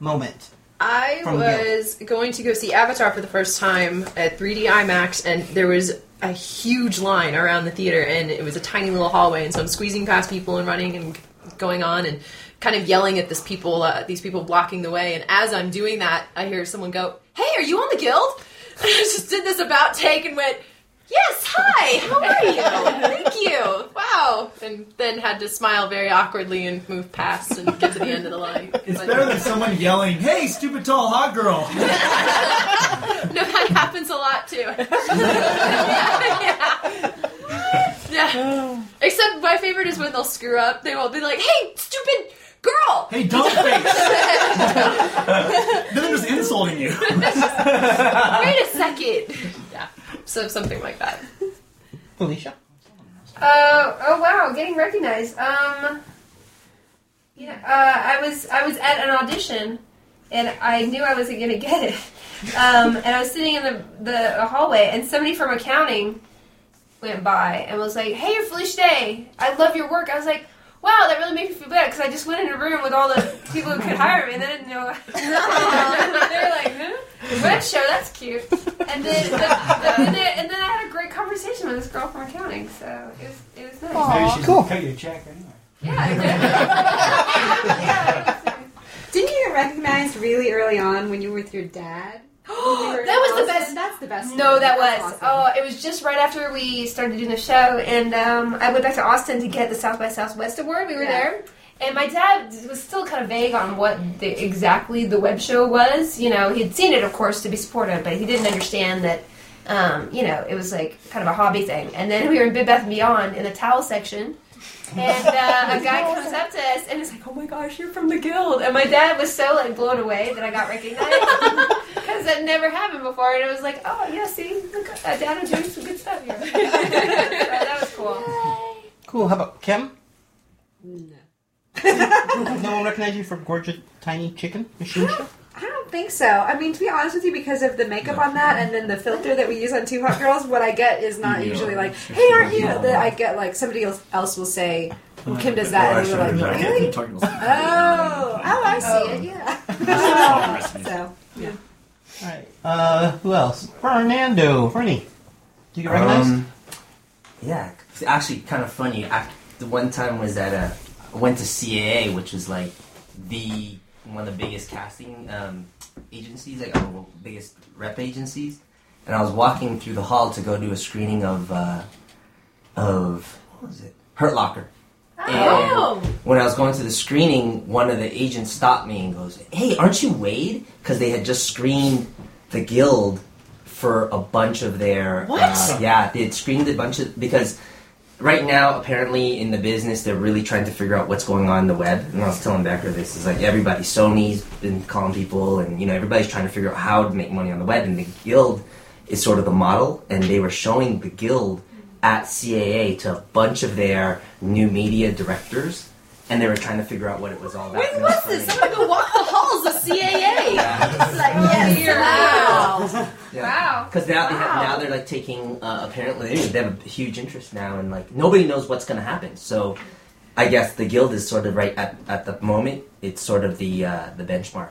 S7: moment?
S13: I
S7: From Gil.
S13: was going to go see Avatar for the first time at 3D IMAX, and there was a huge line around the theater, and it was a tiny little hallway, and so I'm squeezing past people and running and going on and kind of yelling at this people, uh, these people blocking the way. And as I'm doing that, I hear someone go, "Hey, are you on the guild?" I just did this about take and went, "Yes, hi, how are you? Thank you, wow." And then had to smile very awkwardly and move past and get to the end of the line.
S15: It's
S13: But-
S15: better than someone yelling, "Hey, stupid tall hot girl!"
S13: No, that happens a lot too. yeah. yeah. Except my favorite is when they'll screw up. They will be like, "Hey, stupid girl!"
S15: Hey, dumb face! then I'm just insulting you.
S13: Wait a second. Yeah. So something like that.
S7: Felicia.
S14: Uh, oh wow, getting recognized. Um, you know, uh, I was I was at an audition, and I knew I wasn't gonna get it. Um, and I was sitting in the the hallway, and somebody from accounting went by and was like, "Hey, you're Felicia Day. I love your work." I was like. Wow, that really made me feel bad because I just went in a room with all the people who could hire me, and they didn't know. they were like, huh? "Web show, that's cute." And then, the, the, and then, and then I had a great conversation with this girl from accounting, so it was it was nice.
S3: Maybe she's
S7: cool.
S3: cut you a check anyway.
S17: Didn't you get recognized really early on when you were with your dad?
S14: that was the best.
S17: That's the best.
S14: No,
S17: one.
S14: that
S17: That's
S14: was.
S17: awesome.
S14: Oh, it was just right after we started doing the show, and um, I went back to Austin to get the South by Southwest award. We were there, and my dad was still kind of vague on what the, exactly the web show was. You know, he'd seen it, of course, to be supportive, but he didn't understand that Um, you know, it was like kind of a hobby thing. And then we were in Bed Bath and Beyond in the towel section. And uh, a guy comes up to us and is like, "Oh my gosh, you're from the guild!" And my dad was so like blown away that I got recognized because that never happened before. And it was like, "Oh yeah, see, look at that. Dad is doing some good stuff here." So that was cool.
S7: Cool. How about Kim?
S17: No.
S7: no one recognizes you for gorgeous tiny chicken machine shop.
S17: I don't think so. I mean, to be honest with you, because of the makeup on that and then the filter that we use on Two Hot Girls, what I get is not
S7: Yeah.
S17: usually like, "Hey, aren't you?" That I get like somebody else, else will say, well, "Kim does
S22: Oh,
S17: that," and we're like, "Really?" Oh, oh, I see it. Yeah. so yeah.
S7: Uh, who else? Fernando, Fernie. Do you get recognized?
S3: Um, yeah, it's actually kind of funny. I, the one time was at a, I went to CAA, which was like the one of the biggest casting um, agencies, like our biggest rep agencies. And I was walking through the hall to go do a screening of uh, of what was it? Hurt Locker. And
S14: Oh.
S3: when I was going to the screening, one of the agents stopped me and goes, "Hey, aren't you Wade?" Because they had just screened the Guild for a bunch of their
S24: What?
S3: uh, yeah, they had screened a bunch of because right now apparently in the business they're really trying to figure out what's going on in the web. And I was telling Becker this is like everybody Sony's been calling people and you know everybody's trying to figure out how to make money on the web and the Guild is sort of the model and they were showing the Guild at CAA to a bunch of their new media directors. And they were trying to figure out what it was all about. And it was funny.
S13: Someone go walk the halls of CAA. like,
S3: wow. Yeah.
S13: Wow.
S3: Because now, they have,
S13: Wow.
S3: now they're like taking uh, apparently they have a huge interest now and like nobody knows what's going to happen. So I guess the guild is sort of right at, at the moment. It's sort of the uh, the benchmark.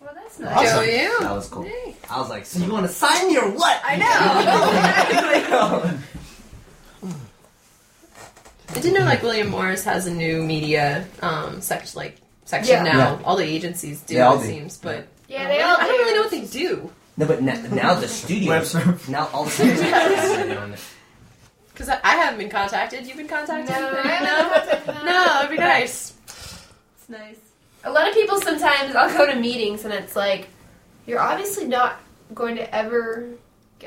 S14: Well, that's
S3: nice. Awesome. That was cool. I was like, so you want to sign me or what?
S14: I know.
S13: I didn't know like William Morris has a new media um, sect- like section
S3: Yeah.
S13: now.
S3: Yeah.
S13: All the agencies do
S3: They all
S13: it
S3: do.
S13: seems, but
S14: Yeah,
S13: Um,
S14: they
S13: I
S14: all
S13: don't- I don't
S14: do.
S13: really know what they do
S3: No, but na- now the studio. now all the studios.
S13: because I, I haven't been contacted. You've been contacted.
S14: No, I
S13: no, no. It'd be nice.
S14: It's nice. A lot of people sometimes I'll go to meetings and it's like, you're obviously not going to ever,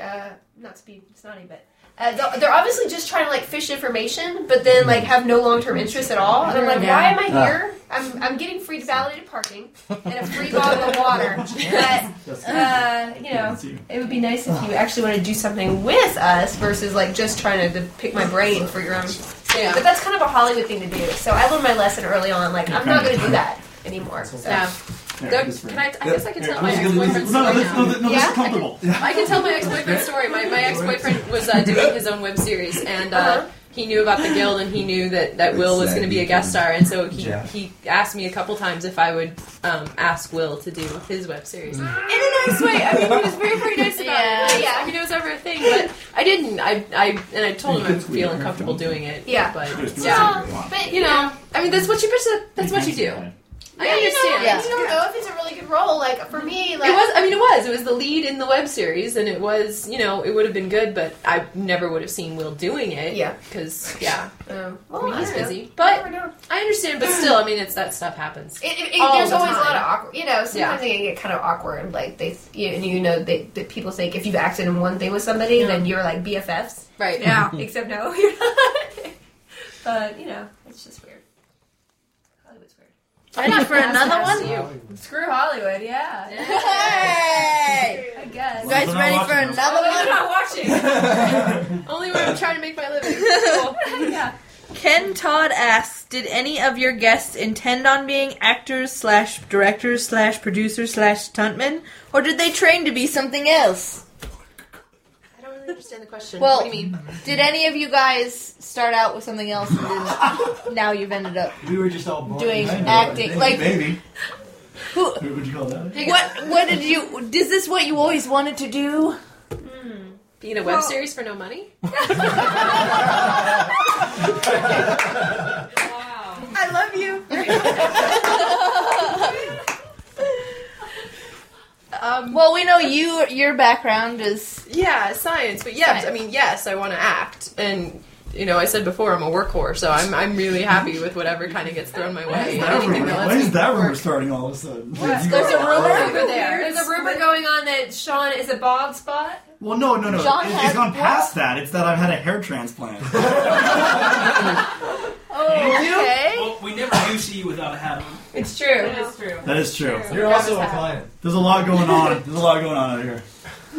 S14: uh, not to be snotty, but uh, they'll- they're obviously just trying to like fish information, but then like have no long term interest at all. And I'm like,
S13: Yeah.
S14: why am I
S13: Ah.
S14: here? I'm, I'm getting free validated parking and a free bottle of water. But, uh, you know, it would be nice if you actually want to do something with us versus like just trying to pick my brain for your own thing. But that's kind of a Hollywood thing to do. So I learned my lesson early on. Like, I'm not going to do that anymore. So.
S13: Yeah. There- can I, I guess I can tell my ex-boyfriend's
S20: No,
S13: story
S20: this- no,
S13: now.
S20: this- no, this is
S13: yeah?
S20: comfortable.
S13: I, can, I can tell my ex-boyfriend's story. My, my ex-boyfriend was uh, doing his own web series, and uh, he knew about the guild, and he knew that, that Will was going to be a guest star, and so he,
S24: Yeah.
S13: he asked me a couple times if I would um, ask Will to do his web series. In a nice way. I mean, he was very, very nice about
S14: Yeah.
S13: it. Like, I mean, it was ever a thing, but I didn't. I, I and I told him I would feel uncomfortable doing it.
S14: Yeah.
S13: But,
S14: Yeah,
S13: yeah.
S14: but,
S13: you know, I mean, that's what you, that's what you do. I understand.
S14: You, know, you don't know if it's a really good role. Like for me, like
S13: it was. I mean, it was. It was the lead in the web series, and it was. You know, it would have been good, but I never would have seen Will doing it.
S14: Yeah.
S13: Because yeah,
S14: Um,
S13: I mean, he's busy.
S14: But
S13: I understand. But still, I mean, it's that stuff happens.
S14: It, it, it-
S13: all
S14: there's
S13: the
S14: always a
S13: time.
S14: lot of awkward, you know. Sometimes
S13: Yeah.
S14: they get kind of awkward, like they, you, and you know, they, that people think if you've acted in one thing with somebody, then you're like BFFs,
S13: right?
S14: Yeah. Except no, you're not. but you know, it's just weird. Hollywood's weird.
S8: I'm not for another one.
S14: Screw Hollywood, yeah.
S8: Hey!
S14: I guess.
S8: You guys Well, ready for another
S14: Oh,
S8: one?
S14: You're not watching.
S13: Only when I'm trying to make my living.
S14: yeah.
S8: Ken Todd asks, "Did any of your guests intend on being actors slash directors slash producers slash stuntmen, or did they train to be something else?"
S13: I don't really understand the question.
S8: Well,
S13: what do you mean?
S8: did any of you guys start out with something else, and then now you've ended up
S11: We were just all bored.
S8: doing
S11: Maybe.
S8: acting? Like,
S11: Maybe.
S8: who?
S11: What would you call that?
S8: What? What did you? Is this what you always wanted to do?
S14: Hmm.
S13: Being a web
S8: Well-
S13: series for no money?
S8: I love you. um, well, we know you. Your background is
S13: Yeah, science. But yes,
S8: Science.
S13: I mean, yes, I want to act, and you know, I said before I'm a workhorse, so I'm I'm really happy with whatever kind of gets thrown my way.
S20: That
S13: Anything
S20: rumor-
S13: that
S20: Why
S13: lets
S20: is that rumor starting all of a sudden?
S14: There's
S20: You
S14: a
S20: are-
S14: rumor
S13: over there.
S14: There's a rumor going on that Sean is a bald spot.
S20: Well, no, Oh, no, no.
S14: Sean
S20: it,
S14: has-
S20: has gone past that. It's that I've had a hair transplant.
S14: okay. Oh,
S13: Oh,
S20: Well, we never do see you without a hat on.
S14: It's true. It
S19: is true.
S20: That is true.
S9: You're also a client.
S20: There's a lot going on. There's a lot going on out here.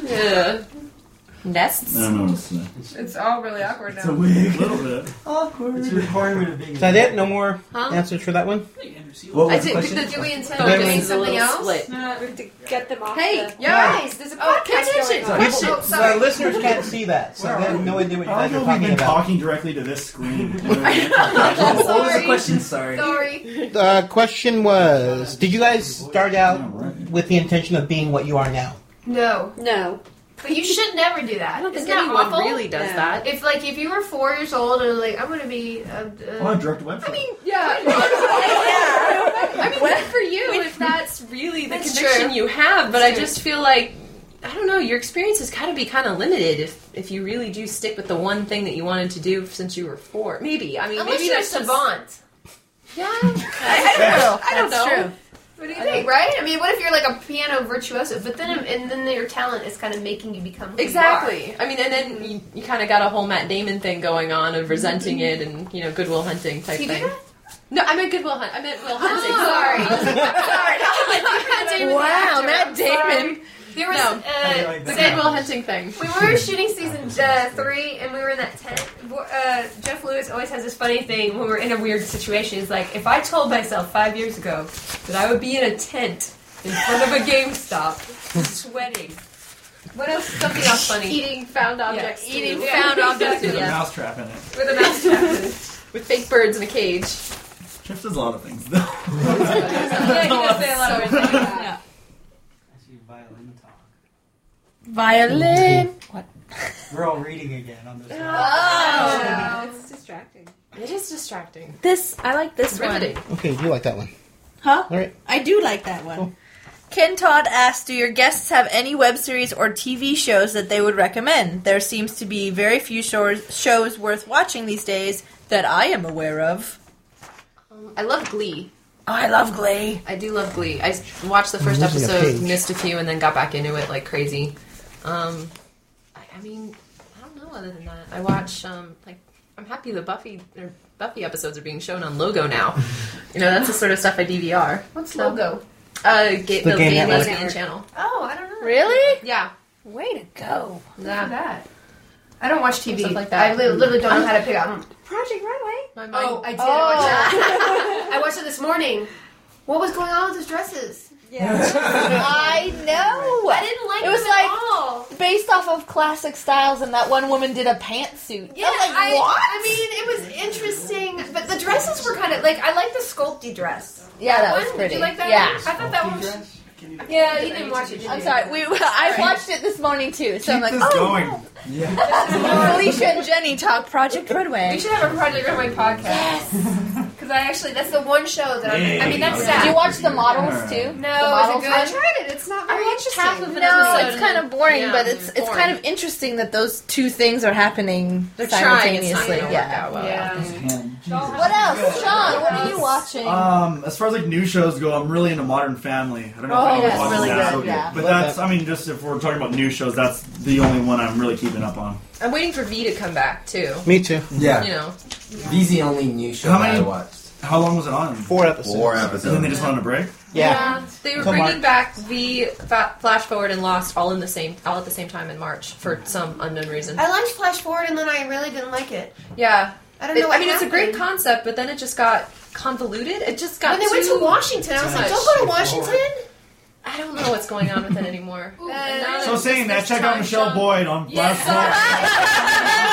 S13: Yeah. Nests.
S20: I don't know. What's that.
S14: It's all really awkward now.
S20: It's a wig. A little bit.
S14: Awkward.
S20: It's a requirement of being.
S4: Is that it? No more
S14: Huh?
S4: answers for that one?
S20: What
S14: I think do we intend on
S4: Then
S14: doing
S4: we-
S14: something else?
S17: we have to get them off.
S14: Hey,
S17: the- Oh,
S14: guys, there's a podcast going on.
S4: People-
S14: Oh,
S4: the
S14: sorry.
S4: listeners can't see that, so they have no idea what you
S20: I
S4: guys
S20: know
S4: are
S20: we've
S4: talking
S20: been
S4: about.
S20: talking directly to this screen.
S14: What was the
S3: question?
S20: Sorry.
S14: Sorry.
S4: The uh, question was: Did you guys start out with the intention of being what you are now?
S14: No.
S17: No.
S14: But you should never do that.
S13: I don't think
S14: Isn't that
S13: anyone
S14: awful?
S13: really does
S14: Yeah.
S13: that.
S14: If like if you were four years old and like I'm gonna be. Uh,
S20: I
S14: uh,
S20: want to direct Oh, a website. I mean,
S13: Yeah. I mean, good for you if that's really the
S14: That's
S13: conviction
S14: true.
S13: you have. But
S14: That's
S13: I
S14: true.
S13: just feel like I don't know. Your experience has got to be kind of limited if if you really do stick with the one thing that you wanted to do since you were four. Maybe I mean
S14: unless
S13: maybe
S14: you're a
S13: that's just-
S14: savant.
S13: Yeah,
S14: I, don't know. I don't
S13: That's
S14: know.
S13: true.
S14: What do you think? Right? I mean, what if you're like a piano virtuoso, but then and then your talent is kind of making you become who you
S13: Exactly. I mean, and then you, you kind of got a whole Matt Damon thing going on of resenting it and you know Goodwill Hunting type
S14: You do
S13: thing. No, I meant Goodwill Hunt. I meant Will Hunting.
S14: Oh, sorry.
S13: sorry. wow, Matt
S14: are.
S13: Damon.
S14: There was
S13: No.
S14: uh,
S13: The
S14: Sam-
S13: Goodwill Hunting thing.
S14: We were shooting season uh, three, and we were in that tent. Uh, Jeff Lewis always has this funny thing when we're in a weird situation. He's like, if I told myself five years ago that I would be in a tent in front of a GameStop, sweating. What else? Something else funny.
S13: Eating found
S14: Yeah,
S13: objects.
S14: eating
S13: too.
S14: found objects.
S20: there's a
S14: yeah.
S20: mousetrap in it.
S14: With a mouse trap.
S13: With fake birds in a cage.
S20: Jeff does a lot of things though.
S14: yeah, he does say a lot of weird things.
S21: Violin talk.
S8: Violin.
S21: We're all reading again on this.
S14: Oh.
S17: It's distracting.
S13: It is distracting.
S8: This I like this
S13: Riveting.
S8: one.
S4: Okay, you like that one.
S8: Huh?
S4: All right.
S8: I do like that one. Ken Todd asked, "Do your guests have any web series or TV shows that they would recommend? There seems to be very few shows shows worth watching these days that I am aware of."
S14: Um,
S13: I love Glee.
S8: Oh, I love Glee.
S13: I do love Glee. I s- watched the first
S4: I'm losing a
S13: episode,
S4: page.
S13: missed a few, and then got back into it like crazy. Um, I, I mean, I don't know. Other than that, I watch um, like I'm happy the Buffy or Buffy episodes are being shown on Logo now. you know, that's the sort of stuff I DVR.
S14: What's logo?
S13: Uh, gay,
S4: The
S13: the
S4: gay
S13: gay
S4: network.
S13: lesbian channel.
S14: Oh, I don't know.
S8: Really?
S13: Yeah,
S8: Way to go!
S14: Look at
S13: yeah.
S14: that. I don't watch TV.
S13: Stuff like that.
S14: I li- literally don't know how to pick out.
S17: Project Runway.
S13: My mind.
S14: Oh, I did.
S8: Oh.
S14: I watched that. I watched it this morning. What was going on with his dresses?
S8: I know.
S14: I didn't like
S8: It was
S14: them
S8: like-
S14: at all.
S8: based off of classic styles, and that one woman did a pantsuit.
S14: Yeah, I, I mean, it was interesting, but the dresses were kind of like I like the sculpty dress.
S8: Yeah, that
S14: One,
S8: was
S14: Did
S8: pretty.
S14: you like that?
S8: Yeah.
S14: one? I thought that one. Was, yeah, you didn't watch it. Did you?
S8: I'm sorry. We, I watched it this morning too, so I'm like,
S20: Keep this
S8: oh,
S20: going.
S8: Alicia and Jenny talk Project
S14: We
S8: Redway.
S14: should have a Project Runway podcast. Because I actually, that's the one show that I'm. I mean, that's
S8: Do you
S14: sad.
S8: watch the models too?
S14: No,
S8: the models
S14: is it good?
S8: one?
S14: tried it. It's not very interesting.
S13: half of an
S8: No,
S13: episode
S8: it's kind of boring,
S13: Yeah,
S8: but it's it's
S13: boring.
S8: kind of interesting that those two things are happening
S13: They're trying. It's not
S8: simultaneously.
S13: gonna work
S8: yeah.
S13: out well.
S20: Man,
S8: What else, Sean? What are you watching?
S14: uh,
S20: Um, as far as like new shows go, I'm really into Modern Family. I don't know
S8: Oh,
S20: if anyone's
S8: that's
S20: watching
S8: really
S20: that,
S8: good, yeah.
S20: but that's I mean, just if we're talking about new shows, that's the only one I'm really keeping up on.
S13: I'm waiting for V to come back too.
S4: Me too.
S13: You know,
S3: These the only new show
S20: How
S3: that I
S20: many-
S3: watched.
S20: How long was it on?
S4: Four episodes.
S22: Four
S20: And then they
S22: episodes.
S20: just wanted a break.
S4: Yeah.
S13: They were
S20: Till
S13: bringing back the fa- Flash Forward and Lost all in the same all at the same time in March for some unknown reason.
S14: I liked Flash Forward, and then I really didn't like it.
S13: Yeah,
S14: I don't know.
S13: It-
S14: what
S13: I mean, it's a great
S14: happened.
S13: concept, but then it just got convoluted. It just got
S14: When they went
S13: too-
S14: to Washington, I was like, "Don't go to Washington."
S13: I don't know what's going on with it anymore.
S14: Ooh,
S13: And now
S14: and
S20: So
S13: it's
S20: saying that,
S13: just
S20: check out
S13: time
S20: Michelle
S13: jump.
S20: Boyd on Last March.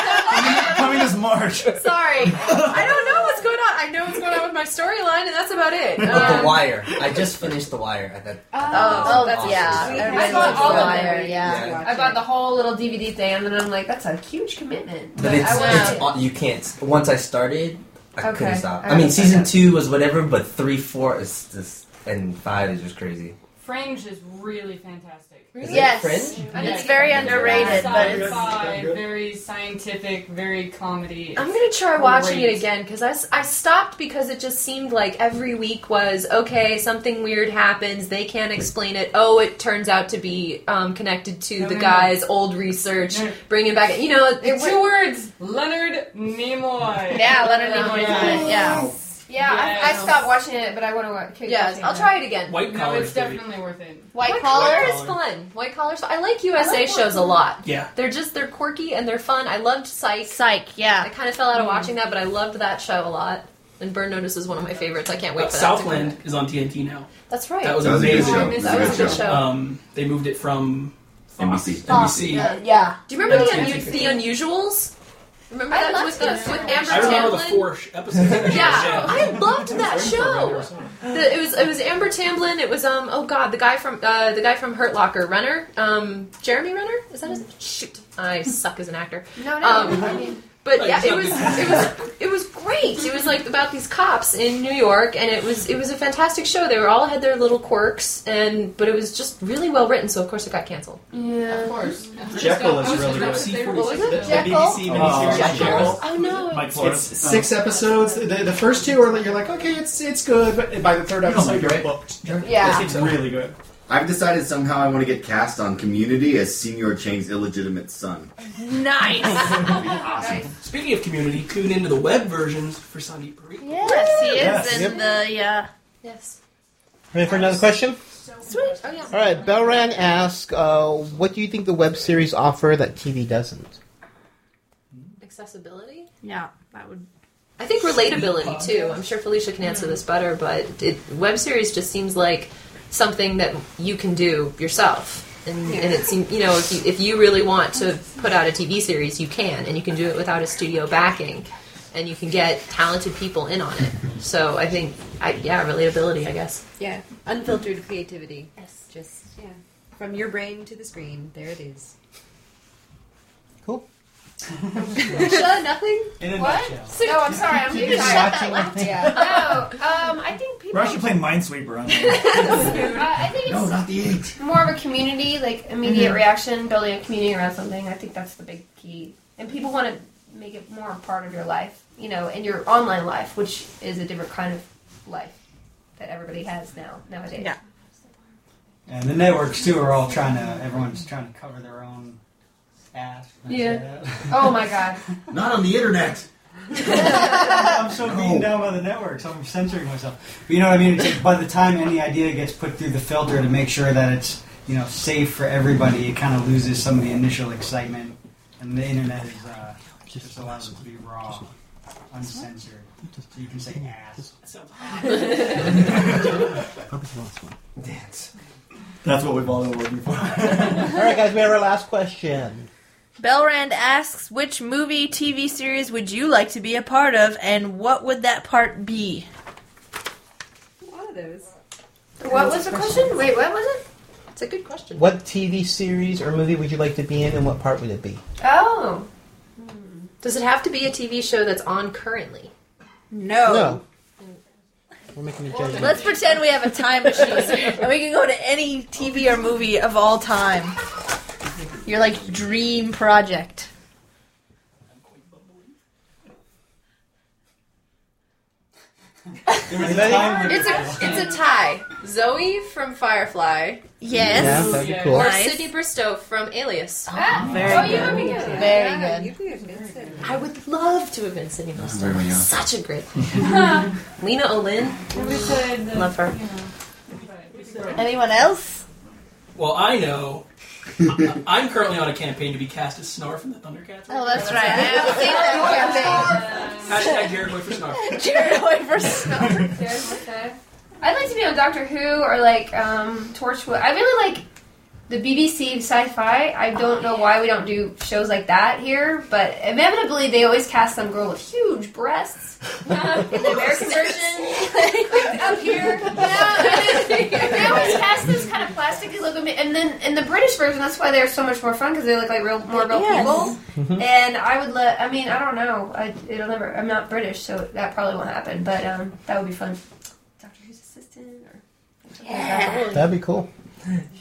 S20: coming, coming this March.
S13: Sorry, I don't know what's going on. I know what's going on with my storyline, and that's about it.
S3: But
S13: Um,
S3: The Wire. I just finished The Wire. I thought.
S8: Oh,
S3: that's
S8: yeah.
S3: awesome.
S8: Everybody
S14: I bought
S8: loves
S14: all
S8: The
S14: of
S8: Wire,
S14: them.
S8: Yeah.
S3: Yeah.
S14: I bought the whole little DVD thing, and then I'm like, "That's a huge commitment."
S3: But it's,
S14: I wanted
S3: it's all- you can't. Once I started, I
S14: Okay.
S3: couldn't stop.
S14: I
S3: I mean,
S14: understand
S3: season
S14: that.
S3: two was whatever, but three, four is just, and five is just crazy.
S24: Fringe is really fantastic.
S8: Is it Yes. Fringe? It's very underrated, but it's-
S24: Sci-fi,
S8: Good.
S24: very scientific, very comedy.
S13: I'm
S24: It's
S13: gonna try watching
S24: great.
S13: it again because I, s- I stopped because it just seemed like every week was okay something weird happens they can't explain it oh it turns out to be um, connected to
S24: No,
S13: the
S24: no, no.
S13: guy's old research bringing back you know
S24: In
S13: it
S24: two
S13: wa-
S24: words: Leonard Nimoy.
S14: Yeah, Leonard Nimoy's in it, yeah. Yeah, I, I
S24: Yes.
S14: stopped watching it, but I want to.
S13: Yes, I'll try it again. White
S24: no,
S13: collar
S24: it's
S13: theory.
S24: definitely worth it.
S14: White
S13: White
S14: collar?
S13: collar is fun. White collar. I like USA
S14: I like
S13: shows a
S14: White
S13: lot.
S15: Oh, Yeah.
S13: They're just they're quirky and they're fun. I loved Psych. Psych, yeah. I kind of fell out of watching that, but I loved that show a lot. And Burn Notice is one of my favorites. I can't wait
S15: Uh,
S13: for that. to come
S15: Southland is on TNT now.
S13: That's right.
S15: That was
S13: That was a good
S15: amazing.
S13: show. That That was was a a good good show. show.
S15: Um, they moved it from Fox. NBC.
S13: Yeah. Do you remember the, unu- the Unusuals? Remember
S27: I
S13: that
S27: loved
S13: with, the,
S27: it.
S13: with Amber
S15: I remember the
S13: Tamblyn?
S15: four sh- episodes.
S13: yeah, I loved that show. The- it was it was Amber Tamblyn. It was um oh god the guy from uh, the guy from Hurt Locker Runner um Jeremy Renner is that his shoot I suck as an actor
S14: No, no,
S13: um,
S14: I mean-
S13: but yeah it was it was it was great it was like about these cops in New York and it was it was a fantastic show they were all had their little quirks and but it was just really well written so of course it got canceled
S14: Yeah.
S13: of course
S15: Jekyll is really good.
S13: Jekyll?
S15: Oh no! Mike
S28: It's six episodes. The, the first two are like you're like okay, it's it's good, but by the third episode you're booked.
S14: Yeah.
S28: it's really good.
S22: I've decided somehow I want to get cast on Community as Senior Chang's illegitimate son.
S8: Nice.
S15: Speaking of community, tune into the web versions for Sandeep Parikh.
S8: yes, he is
S4: Yes.
S8: in
S4: Yep.
S8: the
S14: uh,
S8: yeah.
S13: Yes.
S4: Ready for another question?
S8: Sweet.
S13: Oh yeah.
S4: All right, Belran asks, uh, what do you think the web series offer that TV doesn't?
S13: accessibility
S8: Yeah, that would.
S13: I think relatability too. I'm sure Felicia can answer this better, but it, web series just seems like something that you can do yourself. And, and it seems, you know, if you, if you really want to put out a TV series, you can, and you can do it without a studio backing, and you can get talented people in on it. So I think, I, yeah, relatability, I guess.
S17: Yeah, unfiltered creativity. Yes, just yeah, from your brain to the screen. There it is.
S13: Sure, nothing.
S11: In a
S14: What?
S11: nutshell.
S14: No, I'm sorry. I'm
S11: She's
S14: really
S11: just
S14: sorry. I
S11: watching
S14: laughed.
S11: it.
S14: Yeah. No, um, I think people.
S11: We're actually playing Minesweeper on it.
S14: Uh, I think it's
S11: No, not the eggs.
S14: more of a community, like immediate
S11: Mhm.
S14: reaction, building a community around something. I think that's the big key. And people want to make it more a part of your life, you know, in your online life, which is a different kind of life that everybody has now nowadays. Yeah.
S21: And the networks too are all trying to. Everyone's trying to cover their own ass. Can I say
S14: Yeah.
S21: that?
S14: Oh my god.
S21: Not on the internet. I'm so beaten down by the networks. I'm censoring myself. But you know what I mean? It's like by the time any idea gets put through the filter to make sure that it's you know safe for everybody, it kind of loses some of the initial excitement. And the internet is uh, just allows it to be raw, uncensored. So you can say ass.
S15: Dance. That's what we've all been working for.
S4: All right, guys, we have our last question.
S8: Belrand asks, which movie, TV series would you like to be a part of, and what would that part be?
S17: One of those.
S14: What was the question? Wait, what was it?
S13: It's a good question.
S4: What TV series or movie would you like to be in, and what part would it be?
S14: Oh.
S13: Does it have to be a TV show that's on currently?
S8: No.
S4: No. We're making a judgment.
S8: Let's pretend we have a time machine and we can go to any TV or movie of all time. Your like dream project.
S13: It's a it's a tie. Zoe from Firefly.
S8: Yes.
S4: Yeah, that'd be cool.
S13: Or
S4: Nice.
S13: Sydney Bristow from Alias.
S8: very
S14: oh, you would be good.
S8: Very
S13: Yeah,
S8: good.
S13: you'd be a good Sydney. I would love to have been Sydney Bristow.
S8: Very young.
S13: Such a great. Lena Olin. Love her.
S8: Anyone else?
S15: Well, I know. I, I'm currently on a campaign to be cast as Snarf in the Thundercats.
S8: Oh, that's right. I haven't seen that
S15: Hashtag Jared Hoy for Snarf.
S8: campaign. Jared Hoy versus Snowbird.
S14: I'd like to be on Doctor Who or like um, Torchwood. I really like the BBC sci-fi. I don't know why we don't do shows like that here, but inevitably they always cast some girl with huge breasts in the American version up here. they always cast this kind of plasticky looking, and then in the British version, that's why they're so much more fun because they look like real, more real
S8: Yes.
S14: people. And I would let. I mean, I don't know. I, it'll never. I'm not British, so that probably won't happen. But um, that would be fun. Doctor Who's assistant, or
S4: That'd be cool.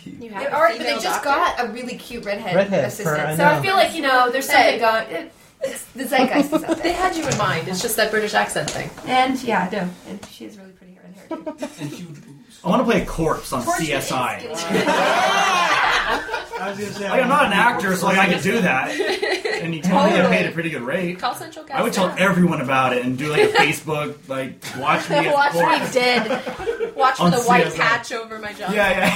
S14: You
S27: have a
S14: or they
S27: female
S14: just
S27: doctor?
S14: got a really cute redhead,
S27: Redhead,
S14: assistant.
S27: her, I
S14: so I
S27: know.
S14: feel like you know, there's something
S27: Hey.
S14: going. It, it's the zeitgeist is out
S27: they
S14: there.
S27: had you in mind. It's just that British accent thing.
S14: And yeah, I do. And she is really pretty red hair.
S15: I want to play a corpse on CSI. Like, I'm not an actor, so like I could do that. And you totally get paid a pretty good rate.
S27: Call Central Cast.
S15: I would tell everyone about it and do like a Facebook, like watch me. as
S27: Watch
S15: corpse.
S27: me dead. Watch for
S15: On
S27: the white
S15: CSI.
S27: patch over my jaw.
S15: Yeah,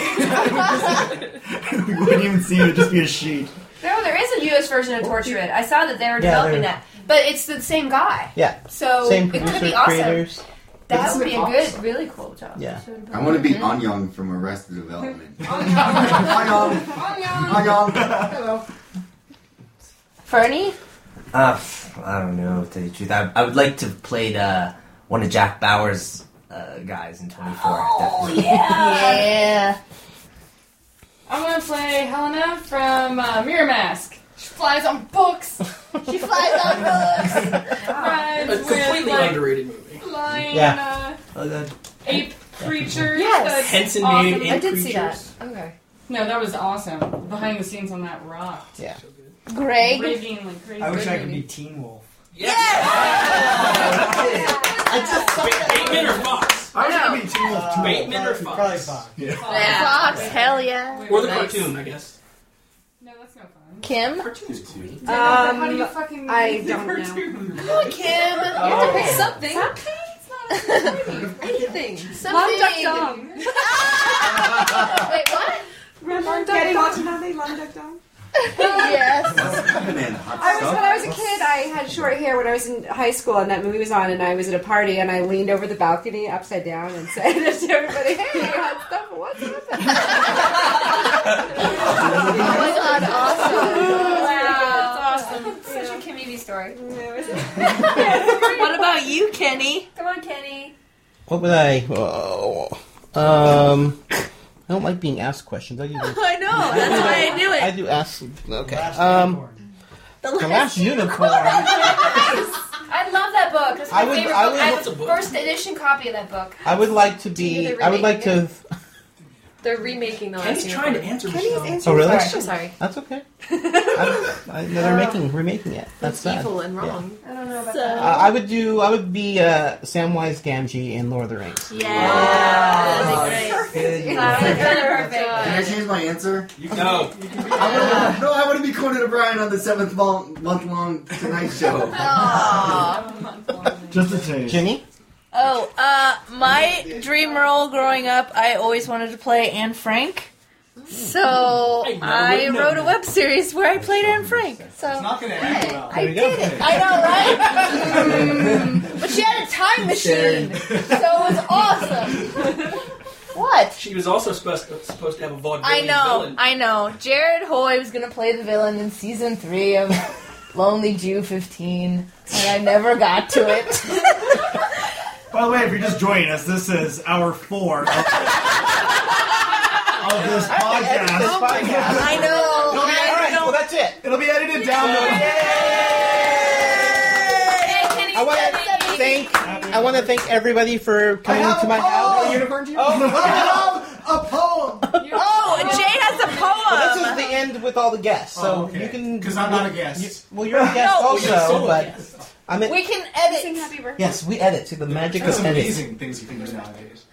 S15: We wouldn't even see it; it'd just be a sheet.
S14: No, there is a U.S. version of Torture It. I saw that they were
S15: Yeah,
S14: developing
S15: they're-
S14: that, but it's the same guy.
S7: Yeah.
S14: So
S7: Same
S14: it could be
S7: producer,
S14: awesome.
S7: creators.
S14: That
S7: Isn't
S14: would be
S7: it
S14: a good, really cool job.
S7: Yeah.
S22: I want to be
S14: Mhm.
S22: Anyang from Arrested Development.
S14: Hello. Fernie?
S3: Uh, I don't know, to tell you the truth. I, I would like to have played uh, one of Jack Bauer's uh, guys in 24. Oh,
S14: yeah.
S24: I'm gonna play Helena from uh, Mirror Mask. She flies on books. she flies on books. Rides
S20: A completely
S24: with, like,
S20: underrated movie.
S24: Flying
S20: Yeah.
S29: Oh,
S24: uh, ape creatures.
S20: Yes.
S24: That's
S20: Hence the
S24: awesome.
S20: name Ape I did see Creatures.
S24: that. Okay. No, that was awesome. Behind the scenes on that rock.
S7: Yeah.
S14: Greg.
S24: Rigging like crazy.
S21: I wish I could be Teen Wolf.
S20: Bateman or Fox?
S21: I
S20: know.
S21: wish I could be Teen Wolf. too.
S20: Bateman or Fox?
S21: Probably Fox.
S8: Fox, hell yeah.
S20: Or the
S8: Nice.
S20: cartoon, I guess.
S8: Kim?
S17: Um,
S8: How do you
S17: fucking I don't know.
S8: Come on, Kim. You have to pick something.
S27: Anything.
S17: Mom Duck
S27: Something.
S17: Dong.
S27: Wait, what?
S17: Remember
S27: Duck
S17: getting
S27: Dong.
S17: to know they love Duck Dong?
S27: yes.
S17: I was when I was a kid. I had short hair when I was in high school, and that movie was on, and I was at a party, and I leaned over the balcony upside down and said to everybody, "Hey, I had stuff. What's happening?"
S14: Oh my god,
S17: awesome.
S14: awesome. Wow. That's awesome. Such a community story.
S8: What about you, Kenny?
S14: Come on, Kenny.
S7: What would I? Oh, um, I don't like being asked questions. I, usually-
S8: I know. That's why I knew it.
S7: I do ask. Okay. Um,
S8: The
S7: the last unicorn.
S14: I love that book. It's my
S7: I would-
S14: favorite
S7: I
S14: book.
S7: would-
S14: I have a first edition copy of that book.
S7: I would like to
S14: you know
S7: be.
S14: they're
S7: I would like to.
S27: They're remaking the
S20: Kenny's
S27: last
S20: trying to
S27: Unicorn.
S20: answer
S27: Kenny's
S7: Oh, really?
S27: Sorry. I'm sorry.
S7: That's okay. I, I, they're
S27: Oh.
S7: making remaking it. That's
S27: That's
S7: sad.
S27: evil and
S7: Yeah.
S27: wrong.
S14: I don't know about
S7: Uh,
S27: that.
S7: I would do. I would be uh, Samwise Gamgee in Lord of the Rings.
S22: Can I change my answer? You
S20: can. No.
S22: I wanna, no, I want to be Conan O'Brien on the seventh month long Tonight Show.
S7: Just a change. Jenny.
S8: Oh, uh, my dream role growing up, I always wanted to play Anne Frank. So I
S20: wouldn't
S8: wrote a web series where I played Anne Frank. So
S20: I did it.
S8: I know, right? but she had a time machine, so it was awesome. What?
S20: She was also supposed to, supposed to have a vaudeville
S8: I know,
S20: villain.
S8: I know. Jared Hoy was gonna play the villain in season three of Lonely Jew 15, and I never got to it.
S5: By the way, if you're just joining us, this is hour four of, of this podcast.
S8: I know.
S5: It'll be
S8: I
S5: edited-
S8: know.
S5: well,
S7: that's it.
S5: It'll be edited down. to- Oh,
S7: I want to thank. I want to thank everybody for coming to my house.
S28: unicorn too?
S7: a poem.
S8: Oh, Jay has a poem.
S7: Well, this is the end with all the guests, so you can. Because Oh, I'm not a guest. well, you're a guest
S8: No,
S7: also, but I mean,
S8: we can edit.
S7: yes, we edit. See, the magic
S9: There's
S7: of editing.
S9: amazing things you can do nowadays.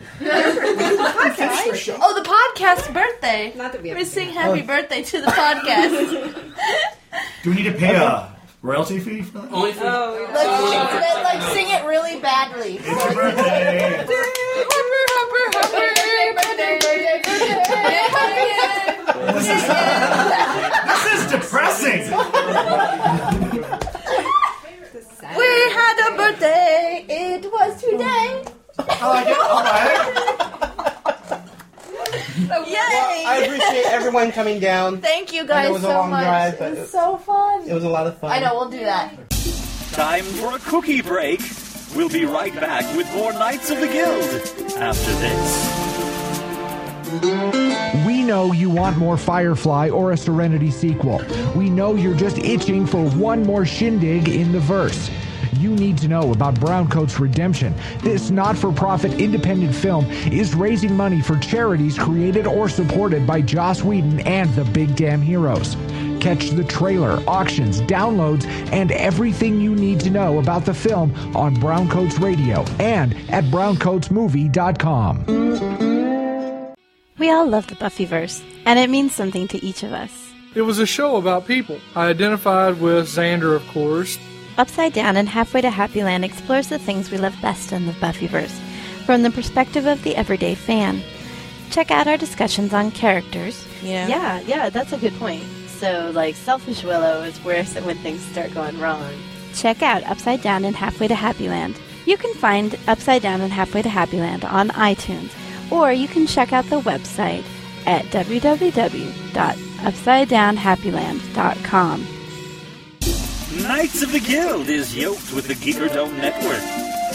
S8: Oh, the podcast birthday.
S17: Not that we
S8: We're singing happy birthday to the podcast.
S5: Do we need to pay a royalty fee for that?
S20: Only for
S22: Oh.
S8: Let's, let's, like sing it really badly.
S5: This is depressing.
S8: We had a birthday. It was today.
S7: Oh,
S8: Yay!
S7: I appreciate everyone coming down.
S8: Thank you
S7: I know
S8: guys
S7: it was a
S8: so
S7: long
S8: much.
S7: drive, but
S8: it was so fun.
S7: It was a lot of fun.
S8: I know we'll do that.
S2: Time for a cookie break. We'll be right back with more Knights of the Guild after this.
S30: We know you want more Firefly or a Serenity sequel. We know you're just itching for one more shindig in the verse.
S4: you need to know about Browncoat's Redemption. This not for profit independent film is raising money for charities created or supported by Joss Whedon and the Big Damn Heroes. Catch the trailer, auctions, downloads, and everything you need to know about the film on Browncoats Radio and at browncoatsmovie.com.
S5: We all love the Buffyverse, and it means something to each of us.
S9: It was a show about people. I identified with Xander, of course.
S5: Upside Down and Halfway to Happy Land explores the things we love best in the Buffyverse from the perspective of the everyday fan. Check out our discussions on characters. You know?
S29: Yeah, yeah, that's a good point. So, like, selfish Willow is worse when things start going wrong.
S5: Check out Upside Down and Halfway to Happy Land. You can find Upside Down and Halfway to Happy Land on iTunes, or you can check out the website at www.upsidedownhappyland.com.
S31: Knights of the Guild is yoked with the Geekerdome Network.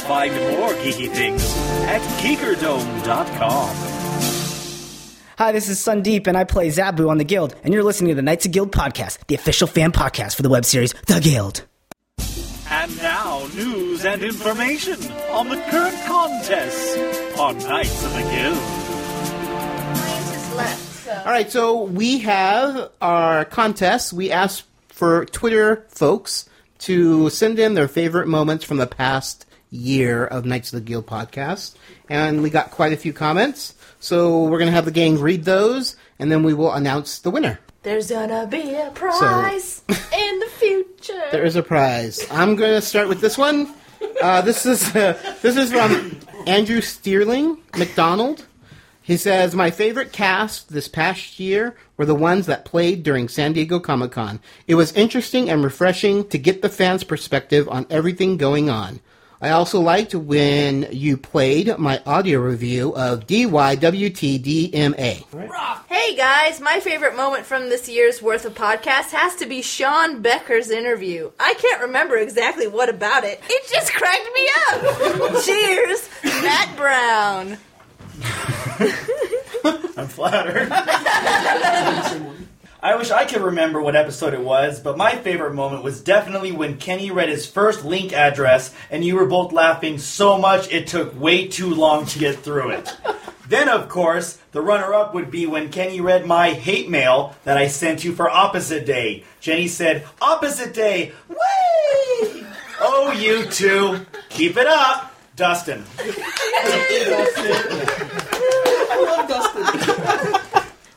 S31: Find more geeky things at geekerdome.com.
S3: Hi, this is Sundeep, and I play Zabu on The Guild, and you're listening to the Knights of Guild podcast, the official fan podcast for the web series The Guild.
S31: And now, news and information on the current contests on Knights of the Guild.
S7: All right, so we have our contest. We asked for Twitter folks to send in their favorite moments from the past year of Knights of the Guild podcast, and we got quite a few comments. So we're going to have the gang read those, and then we will announce the winner.
S29: There's gonna be a prize in the future.
S7: There is a prize. I'm going to start with this one. Uh, this is uh, this is from Andrew Steerling McDonald. He says, "My favorite cast this past year were the ones that played during San Diego Comic Con. It was interesting and refreshing to get the fans' perspective on everything going on. I also liked when you played my audio review of DYWTDMA."
S8: Hey guys, my favorite moment from this year's worth of podcast has to be Sean Becker's interview. I can't remember exactly what about it. It just cracked me up. Cheers, Matt Brown.
S9: I'm flattered.
S15: I wish I could remember what episode it was, but my favorite moment was definitely when Kenny read his first link address and you were both laughing so much it took way too long to get through it. then, of course, the runner up would be when Kenny read my hate mail that I sent you for Opposite Day. Jenny said, Opposite Day! Whee! oh, you two! Keep it up! Dustin.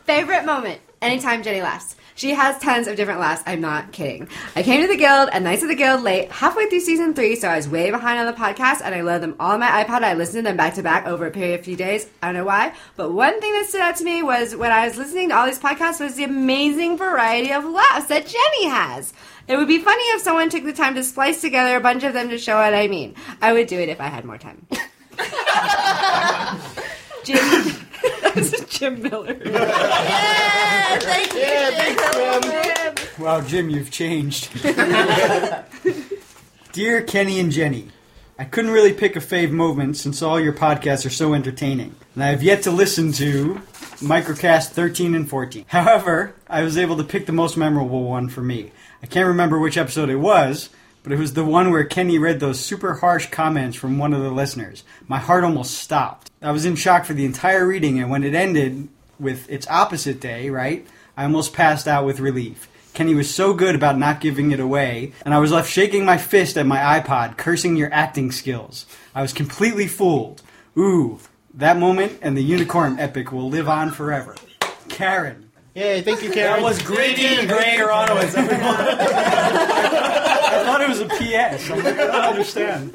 S17: Favorite moment? Anytime Jenny laughs. She has tons of different laughs. I'm not kidding. I came to the Guild and Knights of the Guild late, halfway through season three, so I was way behind on the podcast, and I loaded them all on my iPod. I listened to them back to back over a period of a few days. I don't know why, but one thing that stood out to me was when I was listening to all these podcasts was the amazing variety of laughs that Jenny has. It would be funny if someone took the time to splice together a bunch of them to show what I mean. I would do it if I had more time. Jim, Jim Miller.
S8: Yeah, thank you. Yeah,
S21: Wow, Jim, you've changed. Dear Kenny and Jenny, I couldn't really pick a fave moment since all your podcasts are so entertaining, and I have yet to listen to Microcast 13 and 14. However, I was able to pick the most memorable one for me. I can't remember which episode it was, but it was the one where Kenny read those super harsh comments from one of the listeners. My heart almost stopped. I was in shock for the entire reading, and when it ended with its opposite day, right, I almost passed out with relief. Kenny was so good about not giving it away, and I was left shaking my fist at my iPod, cursing your acting skills. I was completely fooled. Ooh, that moment and the unicorn epic will live on forever. Karen.
S7: Yay, thank you,
S15: Karen.
S21: That was great
S15: Nadine Greer Otto's,
S21: I thought it was a PS. I'm like, I don't understand.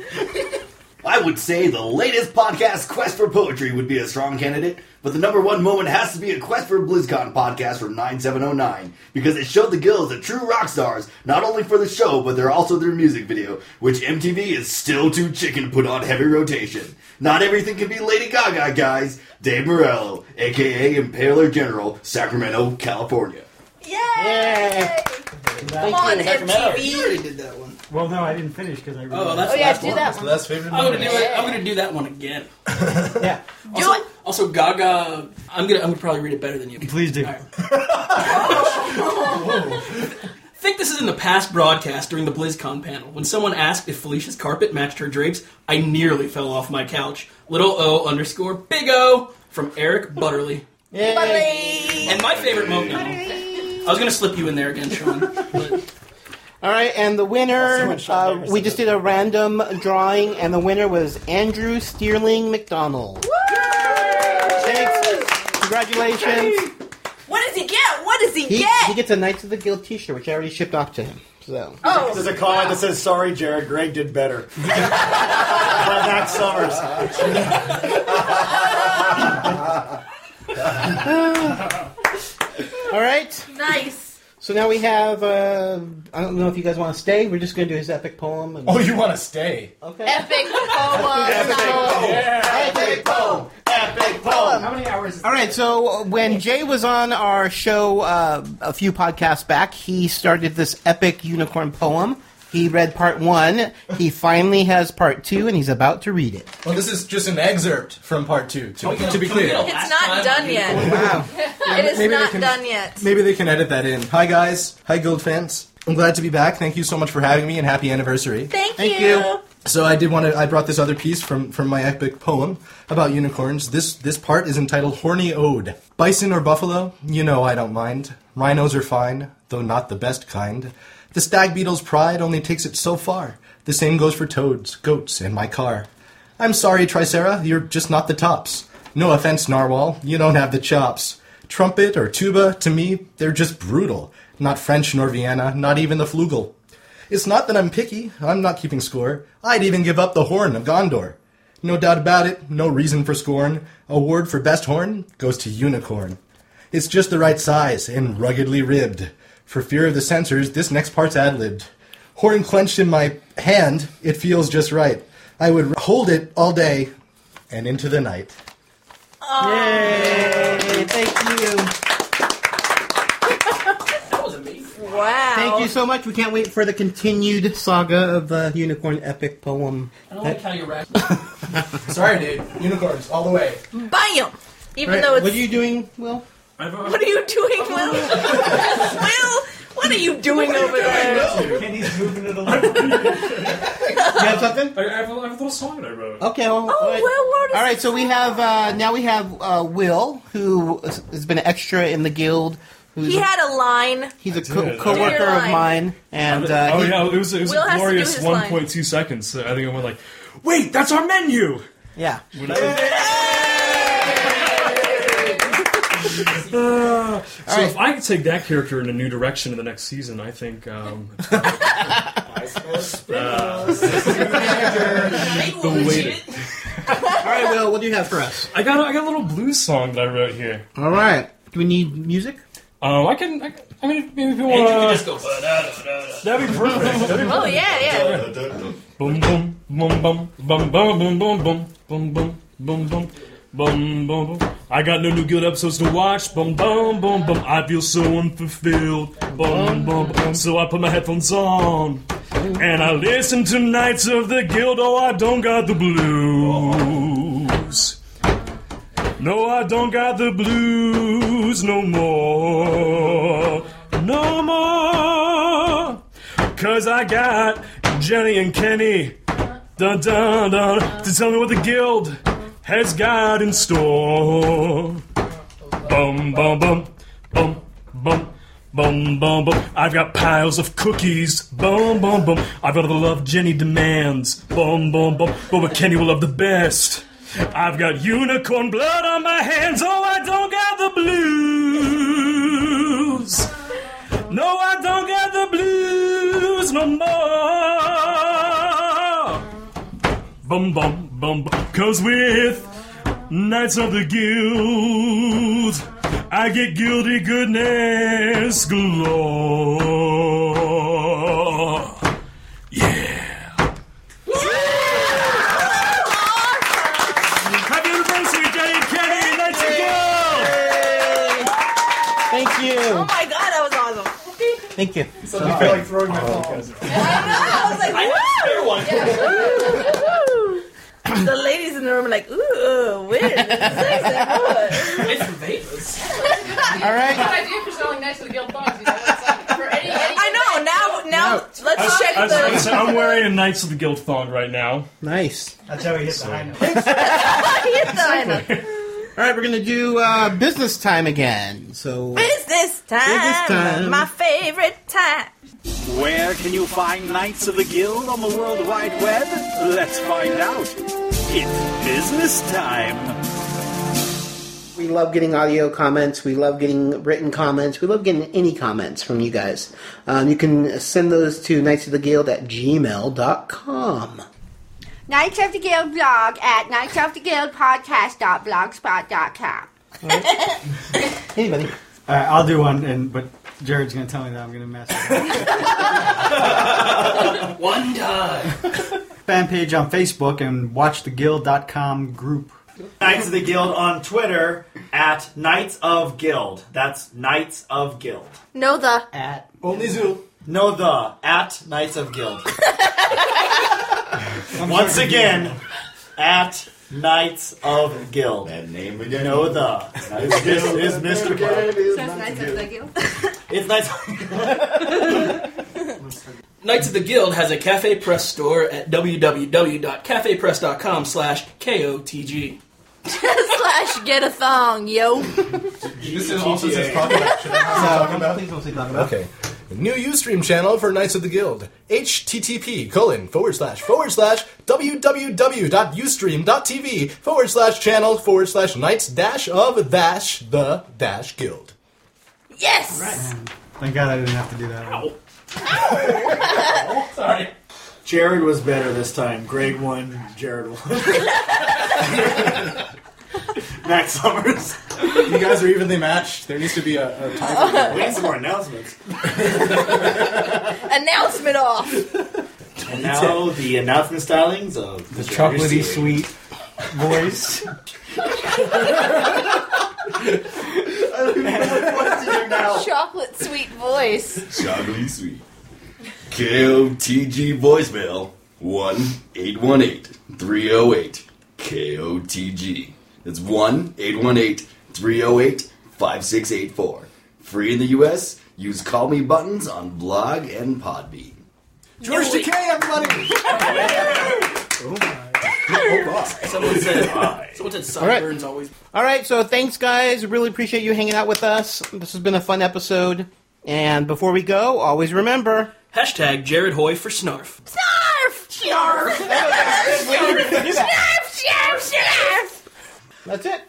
S22: I would say the latest podcast, Quest for Poetry, would be a strong candidate, but the number one moment has to be a Quest for BlizzCon podcast from 9709, because it showed the Guilds the true rock stars, not only for the show, but they're also their music video, which MTV is still too chicken to put on heavy rotation. Not everything can be Lady Gaga, guys. Dave Morello, aka Impaler General, Sacramento, California.
S21: Come
S29: on,
S21: MTV.
S29: You already did that one.
S21: Well, no, I didn't finish because I. Really
S29: Oh, that's Oh, the yeah, last do one. that That's the one. last
S21: favorite.
S29: I'm gonna do it.
S20: I'm gonna do that one again. yeah. Also, also, Gaga. I'm gonna. I'm gonna probably read it better than you.
S21: Please do.
S20: All right. think this is in the past broadcast during the BlizzCon panel. When someone asked if Felicia's carpet matched her drapes, I nearly fell off my couch. Little O underscore Big O from Eric Butterly. And my favorite moment. I was going to slip you in there again, Sean.
S7: All right, and the winner, uh, we just did a random drawing, and the winner was Andrew Steerling McDonald. Thanks. Congratulations.
S8: What does he get? What does he,
S7: He,
S8: get?
S7: he gets a Knights of the Guild t shirt, which I already shipped off to him. So.
S8: Oh,
S9: There's a comment that says, "Sorry, Jared, Greg did better." By Matt Summers.
S7: All right.
S8: Nice.
S7: So now we have. Uh, I don't know if you guys want to stay. We're just going to do his epic poem. And
S9: Oh, you want to stay?
S7: Okay.
S8: Epic poem.
S7: Epic poem.
S9: Epic poem. Epic poem.
S15: How many hours is
S7: All right, so uh, when Jay was on our show uh, a few podcasts back, he started this epic unicorn poem. He read part one. He finally has part two, and he's about to read it.
S9: Well, this is just an excerpt from part two. To, to be clear,
S8: It's not done yet. Wow. it is
S9: Maybe they
S8: not
S9: can-
S8: done yet.
S9: Maybe they can edit that in. Hi guys. Hi Guild fans. I'm glad to be back. Thank you so much for having me and happy anniversary.
S8: Thank Thank you. you.
S9: So I did want to I brought this other piece from from my epic poem about unicorns. This this part is entitled Horny Ode. Bison or buffalo, you know I don't mind. Rhinos are fine, though not the best kind. The stag beetle's pride only takes it so far. The same goes for toads, goats, and my car. I'm sorry, Tricera, you're just not the tops. No offense, Narwhal, you don't have the chops. Trumpet or tuba, to me, they're just brutal. Not French nor Vienna, not even the flugel. It's not that I'm picky, I'm not keeping score. I'd even give up the horn of Gondor. No doubt about it, no reason for scorn. Award for best horn goes to Unicorn. It's just the right size and ruggedly ribbed. For fear of the censors, this next part's ad libbed. Horn clenched in my hand, it feels just right. I would hold it all day and into the night.
S8: Um,
S7: Yay! Thank you.
S8: Wow.
S7: Thank you so much. We can't wait for the continued saga of the unicorn epic poem.
S8: Oh,
S20: I don't like how you rap.
S9: Sorry, dude. Unicorns all the way.
S8: Bam! Even
S7: Right,
S8: though it's.
S7: what are you doing, Will?
S8: What are you doing, Will? Will, what are you doing over there?
S15: Kenny's moving it along. you
S7: have
S15: I, I, have
S7: something?
S15: a, I have a little song that I wrote.
S7: Okay. Well,
S8: Oh,
S7: all right. all right. So we have uh, now we have uh, Will, who has been an extra in the guild. Who's
S8: He had a line.
S7: he's a
S8: Do
S7: co-
S8: your
S7: co-worker of
S8: line.
S7: mine, and uh,
S19: oh
S7: he-
S19: yeah, it was, it was
S8: Will
S19: a
S8: has to do
S19: glorious
S8: his line.
S19: 1.2 seconds. I think I went like, "Wait, that's our menu."
S7: Yeah.
S19: When I was- Ah, so if I could take that character in a new direction in the next season, I think um, uh, the waiting.
S7: All right, Will, what do you have for us?
S19: I got a, I got a little blues song that I wrote here.
S7: All right. Do we need music?
S19: Um, I can. I, can- I mean, maybe if you want.
S20: And you can just go.
S19: That'd be perfect. That'd be
S8: Oh,
S19: perfect.
S8: yeah, yeah.
S19: Boom boom boom boom boom boom boom boom boom boom boom boom boom boom boom boom. I got no new good episodes to watch. Boom boom boom boom. I feel so unfulfilled. Boom boom boom. So I put my headphones on and I listen to Nights of the Guild. Oh, I don't got the blues. No, I don't got the blues no more. No more. Cause I got Jenny and Kenny. Dun dun dun. To tell me what the guild has got in store. Bum bum bum. Bum bum. Bum bum bum. I've got piles of cookies. Bum bum bum. I've got all the love Jenny demands. Bum bum bum. But what Kenny will love the best. I've got unicorn blood on my hands. Oh, I don't got the blues. No, I don't got the blues no more. Bum bum bum bum. Cause with Knights of the Guild, I get guilty goodness galore. Happy anniversary, Jenny and Kenny, and Knights of the Guild!
S7: Thank you.
S8: Oh my god, that was awesome.
S7: Thank you.
S8: So
S7: All
S8: I
S7: right.
S8: throwing my I was like, woo! Yeah. the ladies in the room are like, ooh, weird.
S20: It's for Vegas.
S7: All right.
S13: Good idea for selling nice to the guild box. You know, it's like for any, any
S8: I know, Let's check
S13: I was
S8: the-
S13: gonna say, I'm wearing a Knights of the Guild font right now.
S7: Nice.
S21: That's how he hit the high note.
S7: All right, we're gonna do uh, business time again. So
S8: Business time,
S7: Business time.
S8: my favorite time.
S32: Where can you find Knights of the Guild on the World Wide Web? Let's find out. It's business time.
S7: we love getting audio comments. We love getting written comments. We love getting any comments from you guys. Um, you can send those to knights of the guild at gmail.com.
S17: Knights of the Guild blog at Knights of the Guild podcast.blogspot.com.
S7: Anybody?
S21: All right, I'll do one, and but Jared's gonna tell me that I'm gonna mess. it up.
S20: One time.
S21: Fan page on Facebook and watch the guild.com group.
S15: Knights of the Guild on Twitter at Knights of Guild. That's Knights of Guild.
S8: No, the
S15: At only zoo. No the at Knights of Guild. Once
S21: sorry.
S15: again, at Knights of Guild. That name again. No the.
S22: of
S15: This
S22: Guild.
S15: is Mr. Bob. It's Knights.
S20: Knights of the Guild has a Cafe Press store at www.cafepress.com slash KOTG.
S8: slash get a thong, yo.
S9: This is also says talk about. Should I have talk about? Okay. New Ustream channel for Knights of the Guild. HTTP colon forward slash forward slash www.ustream.tv forward slash channel forward slash Knights dash of dash the dash guild.
S8: Yes!
S21: Thank God I didn't have to do that. one.
S15: Sorry. Jared was better this time. Greg won. Jared won.
S9: Max Summers. you guys are evenly matched. There needs to be a, a tie. for that.
S15: We need some more announcements.
S8: Announcement off.
S15: And now the announcement stylings of the
S21: Chocolatey sweet voice.
S8: Chocolate sweet voice.
S22: Chocolatey sweet. KOTG voicemail 1 818 308 KOTG. It's 1 818 308 5684. Free in the US, use call me buttons on blog and Podbean.
S9: George Takei, everybody.
S20: Someone said, someone said sideburns always.
S7: All right, so thanks, guys. Really appreciate you hanging out with us. This has been a fun episode. And before we go, always remember
S20: Hashtag Jared Hoy for Snarf.
S17: Snarf! Snarf! Snarf! Snarf!
S7: That's it.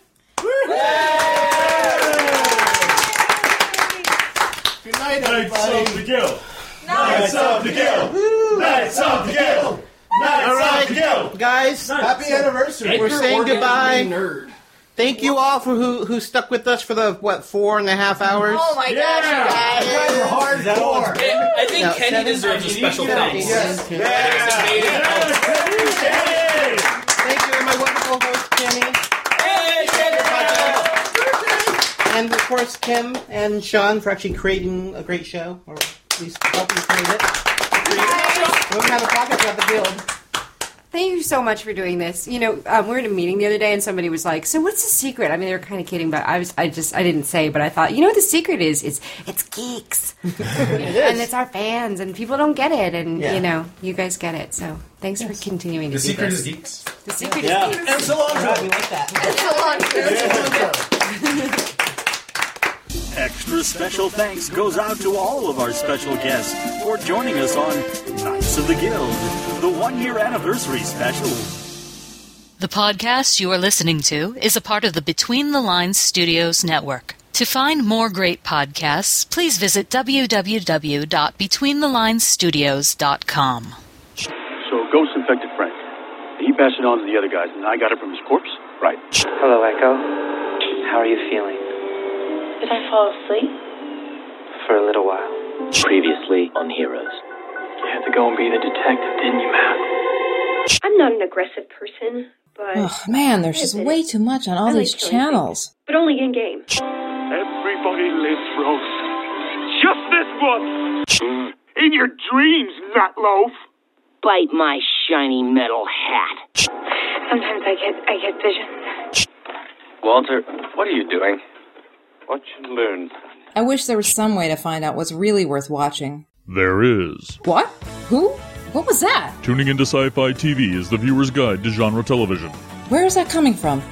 S9: Good night,
S13: everybody. Knights of the Guild.
S9: Knights of the
S13: Guild. Knights of the Guild. Knights
S7: All right,
S13: of the Guild.
S7: guys.
S13: Knights of-
S7: We're
S13: Edgar
S7: saying
S13: Organ
S7: goodbye.
S13: is a nerd.
S7: Thank you all for who who stuck with us for the what four and a half hours.
S8: Oh my gosh, you guys.
S7: Is that all it's been?
S20: I think
S7: No,
S20: Kenny
S7: seven-
S20: deserves a special
S7: Yeah.
S20: thanks.
S7: Yes. Thank you, my wonderful host Kenny. And of course, Kim and Sean for actually creating a great show, or at least helping create it. We don't have a podcast about the guild.
S17: Thank you so much for doing this. You know, um, we were in a meeting the other day, and somebody was like, "So, what's the secret?" I mean, they were kind of kidding, but I was, I just, I didn't say, but I thought, you know, what the secret is, it's, it's geeks, and it's our fans, and people don't get it, and
S15: Yeah.
S17: you know, you guys get it. So, thanks for continuing.
S9: The
S17: to
S9: secret
S17: do this.
S9: is geeks.
S17: The secret
S15: Yeah.
S17: is geeks.
S15: And so long, John.
S32: Extra special thanks goes out to all of our special guests for joining us on Knights of the Guild, the one year anniversary special.
S33: The podcast you are listening to is a part of the Between the Lines Studios network. To find more great podcasts, please visit www.betweenthelinesstudios.com.
S19: So Ghost infected Frank. He passed it on to the other guys, and I got it from his corpse? Right.
S34: Hello, Echo. How are you feeling?
S14: Did I fall asleep?
S34: For a little while. Previously on Heroes.
S14: You had to go and be the detective, didn't you, Matt? I'm not an aggressive person, but.
S30: Ugh, man, there's just way too much on all
S14: I like
S30: these
S14: killing
S30: channels.
S14: But only in game.
S3: Everybody lives, Rose. Just this once. In your dreams, Nutloaf.
S14: Bite my shiny metal hat.
S3: Sometimes I get I get visions.
S34: Walter, what are you doing? Watch and learn.
S30: I wish there was some way to find out what's really worth watching.
S35: There is.
S30: What?
S8: Who? What was that?
S30: Tuning into Sci Fi TV is the viewer's guide to genre television.
S8: Where is that coming from?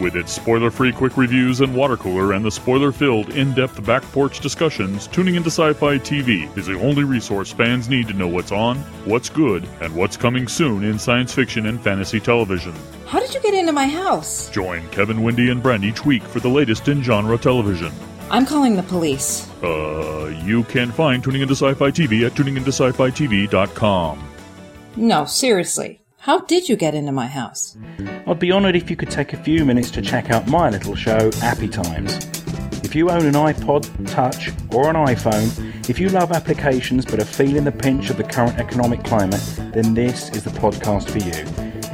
S30: With its spoiler free quick reviews and water cooler and the spoiler filled in depth back porch discussions, Tuning into Sci Fi TV is the only resource fans need to know what's on, what's good, and what's coming soon in science fiction and fantasy television.
S8: How did you get into my house?
S30: Join Kevin, Wendy, and Brent each week for the latest in genre television.
S8: I'm calling the police.
S30: Uh, you can find Tuning Into Sci-Fi TV at tuningintoscifitv.com.
S8: No, seriously. How did you get into my house?
S36: I'd be honoured if you could take a few minutes to check out my little show, Appy Times. If you own an iPod Touch or an iPhone, if you love applications but are feeling the pinch of the current economic climate, then this is the podcast for you.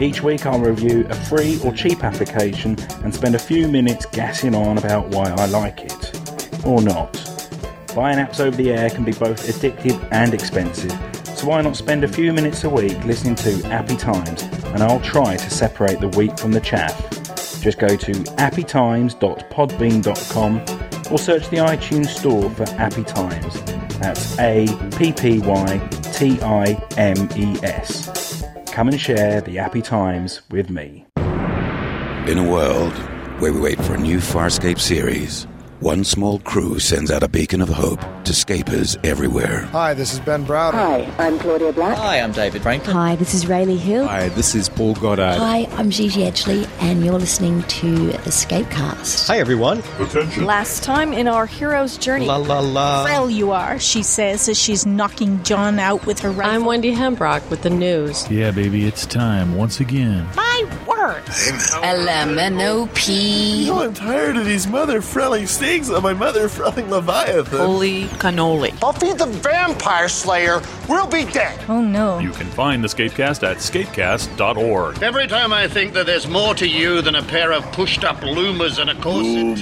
S36: Each week I'll review a free or cheap application and spend a few minutes gassing on about why I like it. Or not. Buying apps over the air can be both addictive and expensive, so why not spend a few minutes a week listening to Appy Times and I'll try to separate the wheat from the chaff. Just go to appytimes.podbean.com or search the iTunes store for Appy Times. That's A P P Y T I M E S. Come and share the Appy Times with me.
S37: In a world where we wait for a new Farscape series, one small crew sends out a beacon of hope to escapers everywhere.
S4: Hi, this is Ben Browder.
S5: Hi, I'm Claudia Black.
S38: Hi, I'm David Franklin.
S5: Hi, this is Rayleigh Hill.
S20: Hi, this is Paul Goddard.
S5: Hi, I'm Gigi Edgley, and you're listening to Escapecast.
S20: Hi, everyone.
S9: Attention. Last time in our hero's journey.
S20: La la la.
S9: Frail you are, she says as she's knocking John out with her rifle.
S39: I'm Wendy Hembrock with the news.
S30: Yeah, baby, it's time once again.
S9: My word.
S39: LMNOP.
S21: You know, I'm tired of these mother frelling things on my mother frelling Leviathan.
S39: Holy cannoli.
S21: Buffy the Vampire Slayer will be dead.
S9: Oh no.
S30: You can find the Scapecast at scapecast.org.
S22: Every time I think that there's more to you than a pair of pushed up loomers and a corset.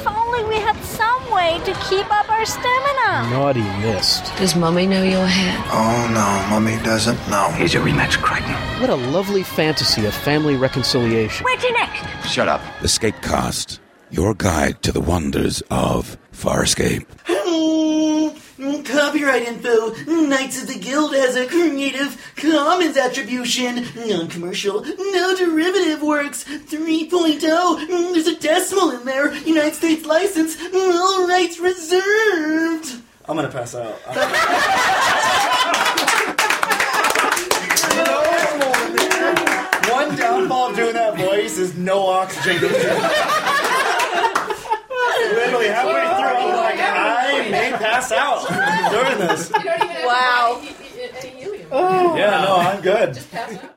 S40: If only we had some way to keep up our stamina.
S20: Naughty mist.
S39: Does Mummy know your hair?
S4: Oh no, mummy doesn't know.
S20: Here's your rematch, Crichton. What a lovely fantasy of family reconciliation.
S40: Where to next?
S37: Shut up. Escapecast, your guide to the wonders of Farscape.
S15: Mm, Copyright info. Mm, Knights of the Guild has a Creative Commons attribution, non-commercial, no derivative works 3.0. Mm, There's a decimal in there. United States license, Mm, all rights reserved.
S14: I'm gonna pass out. One downfall of doing that voice is no oxygen. Literally halfway through, I'm like, I may pass out during this.
S41: Wow.
S7: Oh,
S14: Yeah, no, I'm good.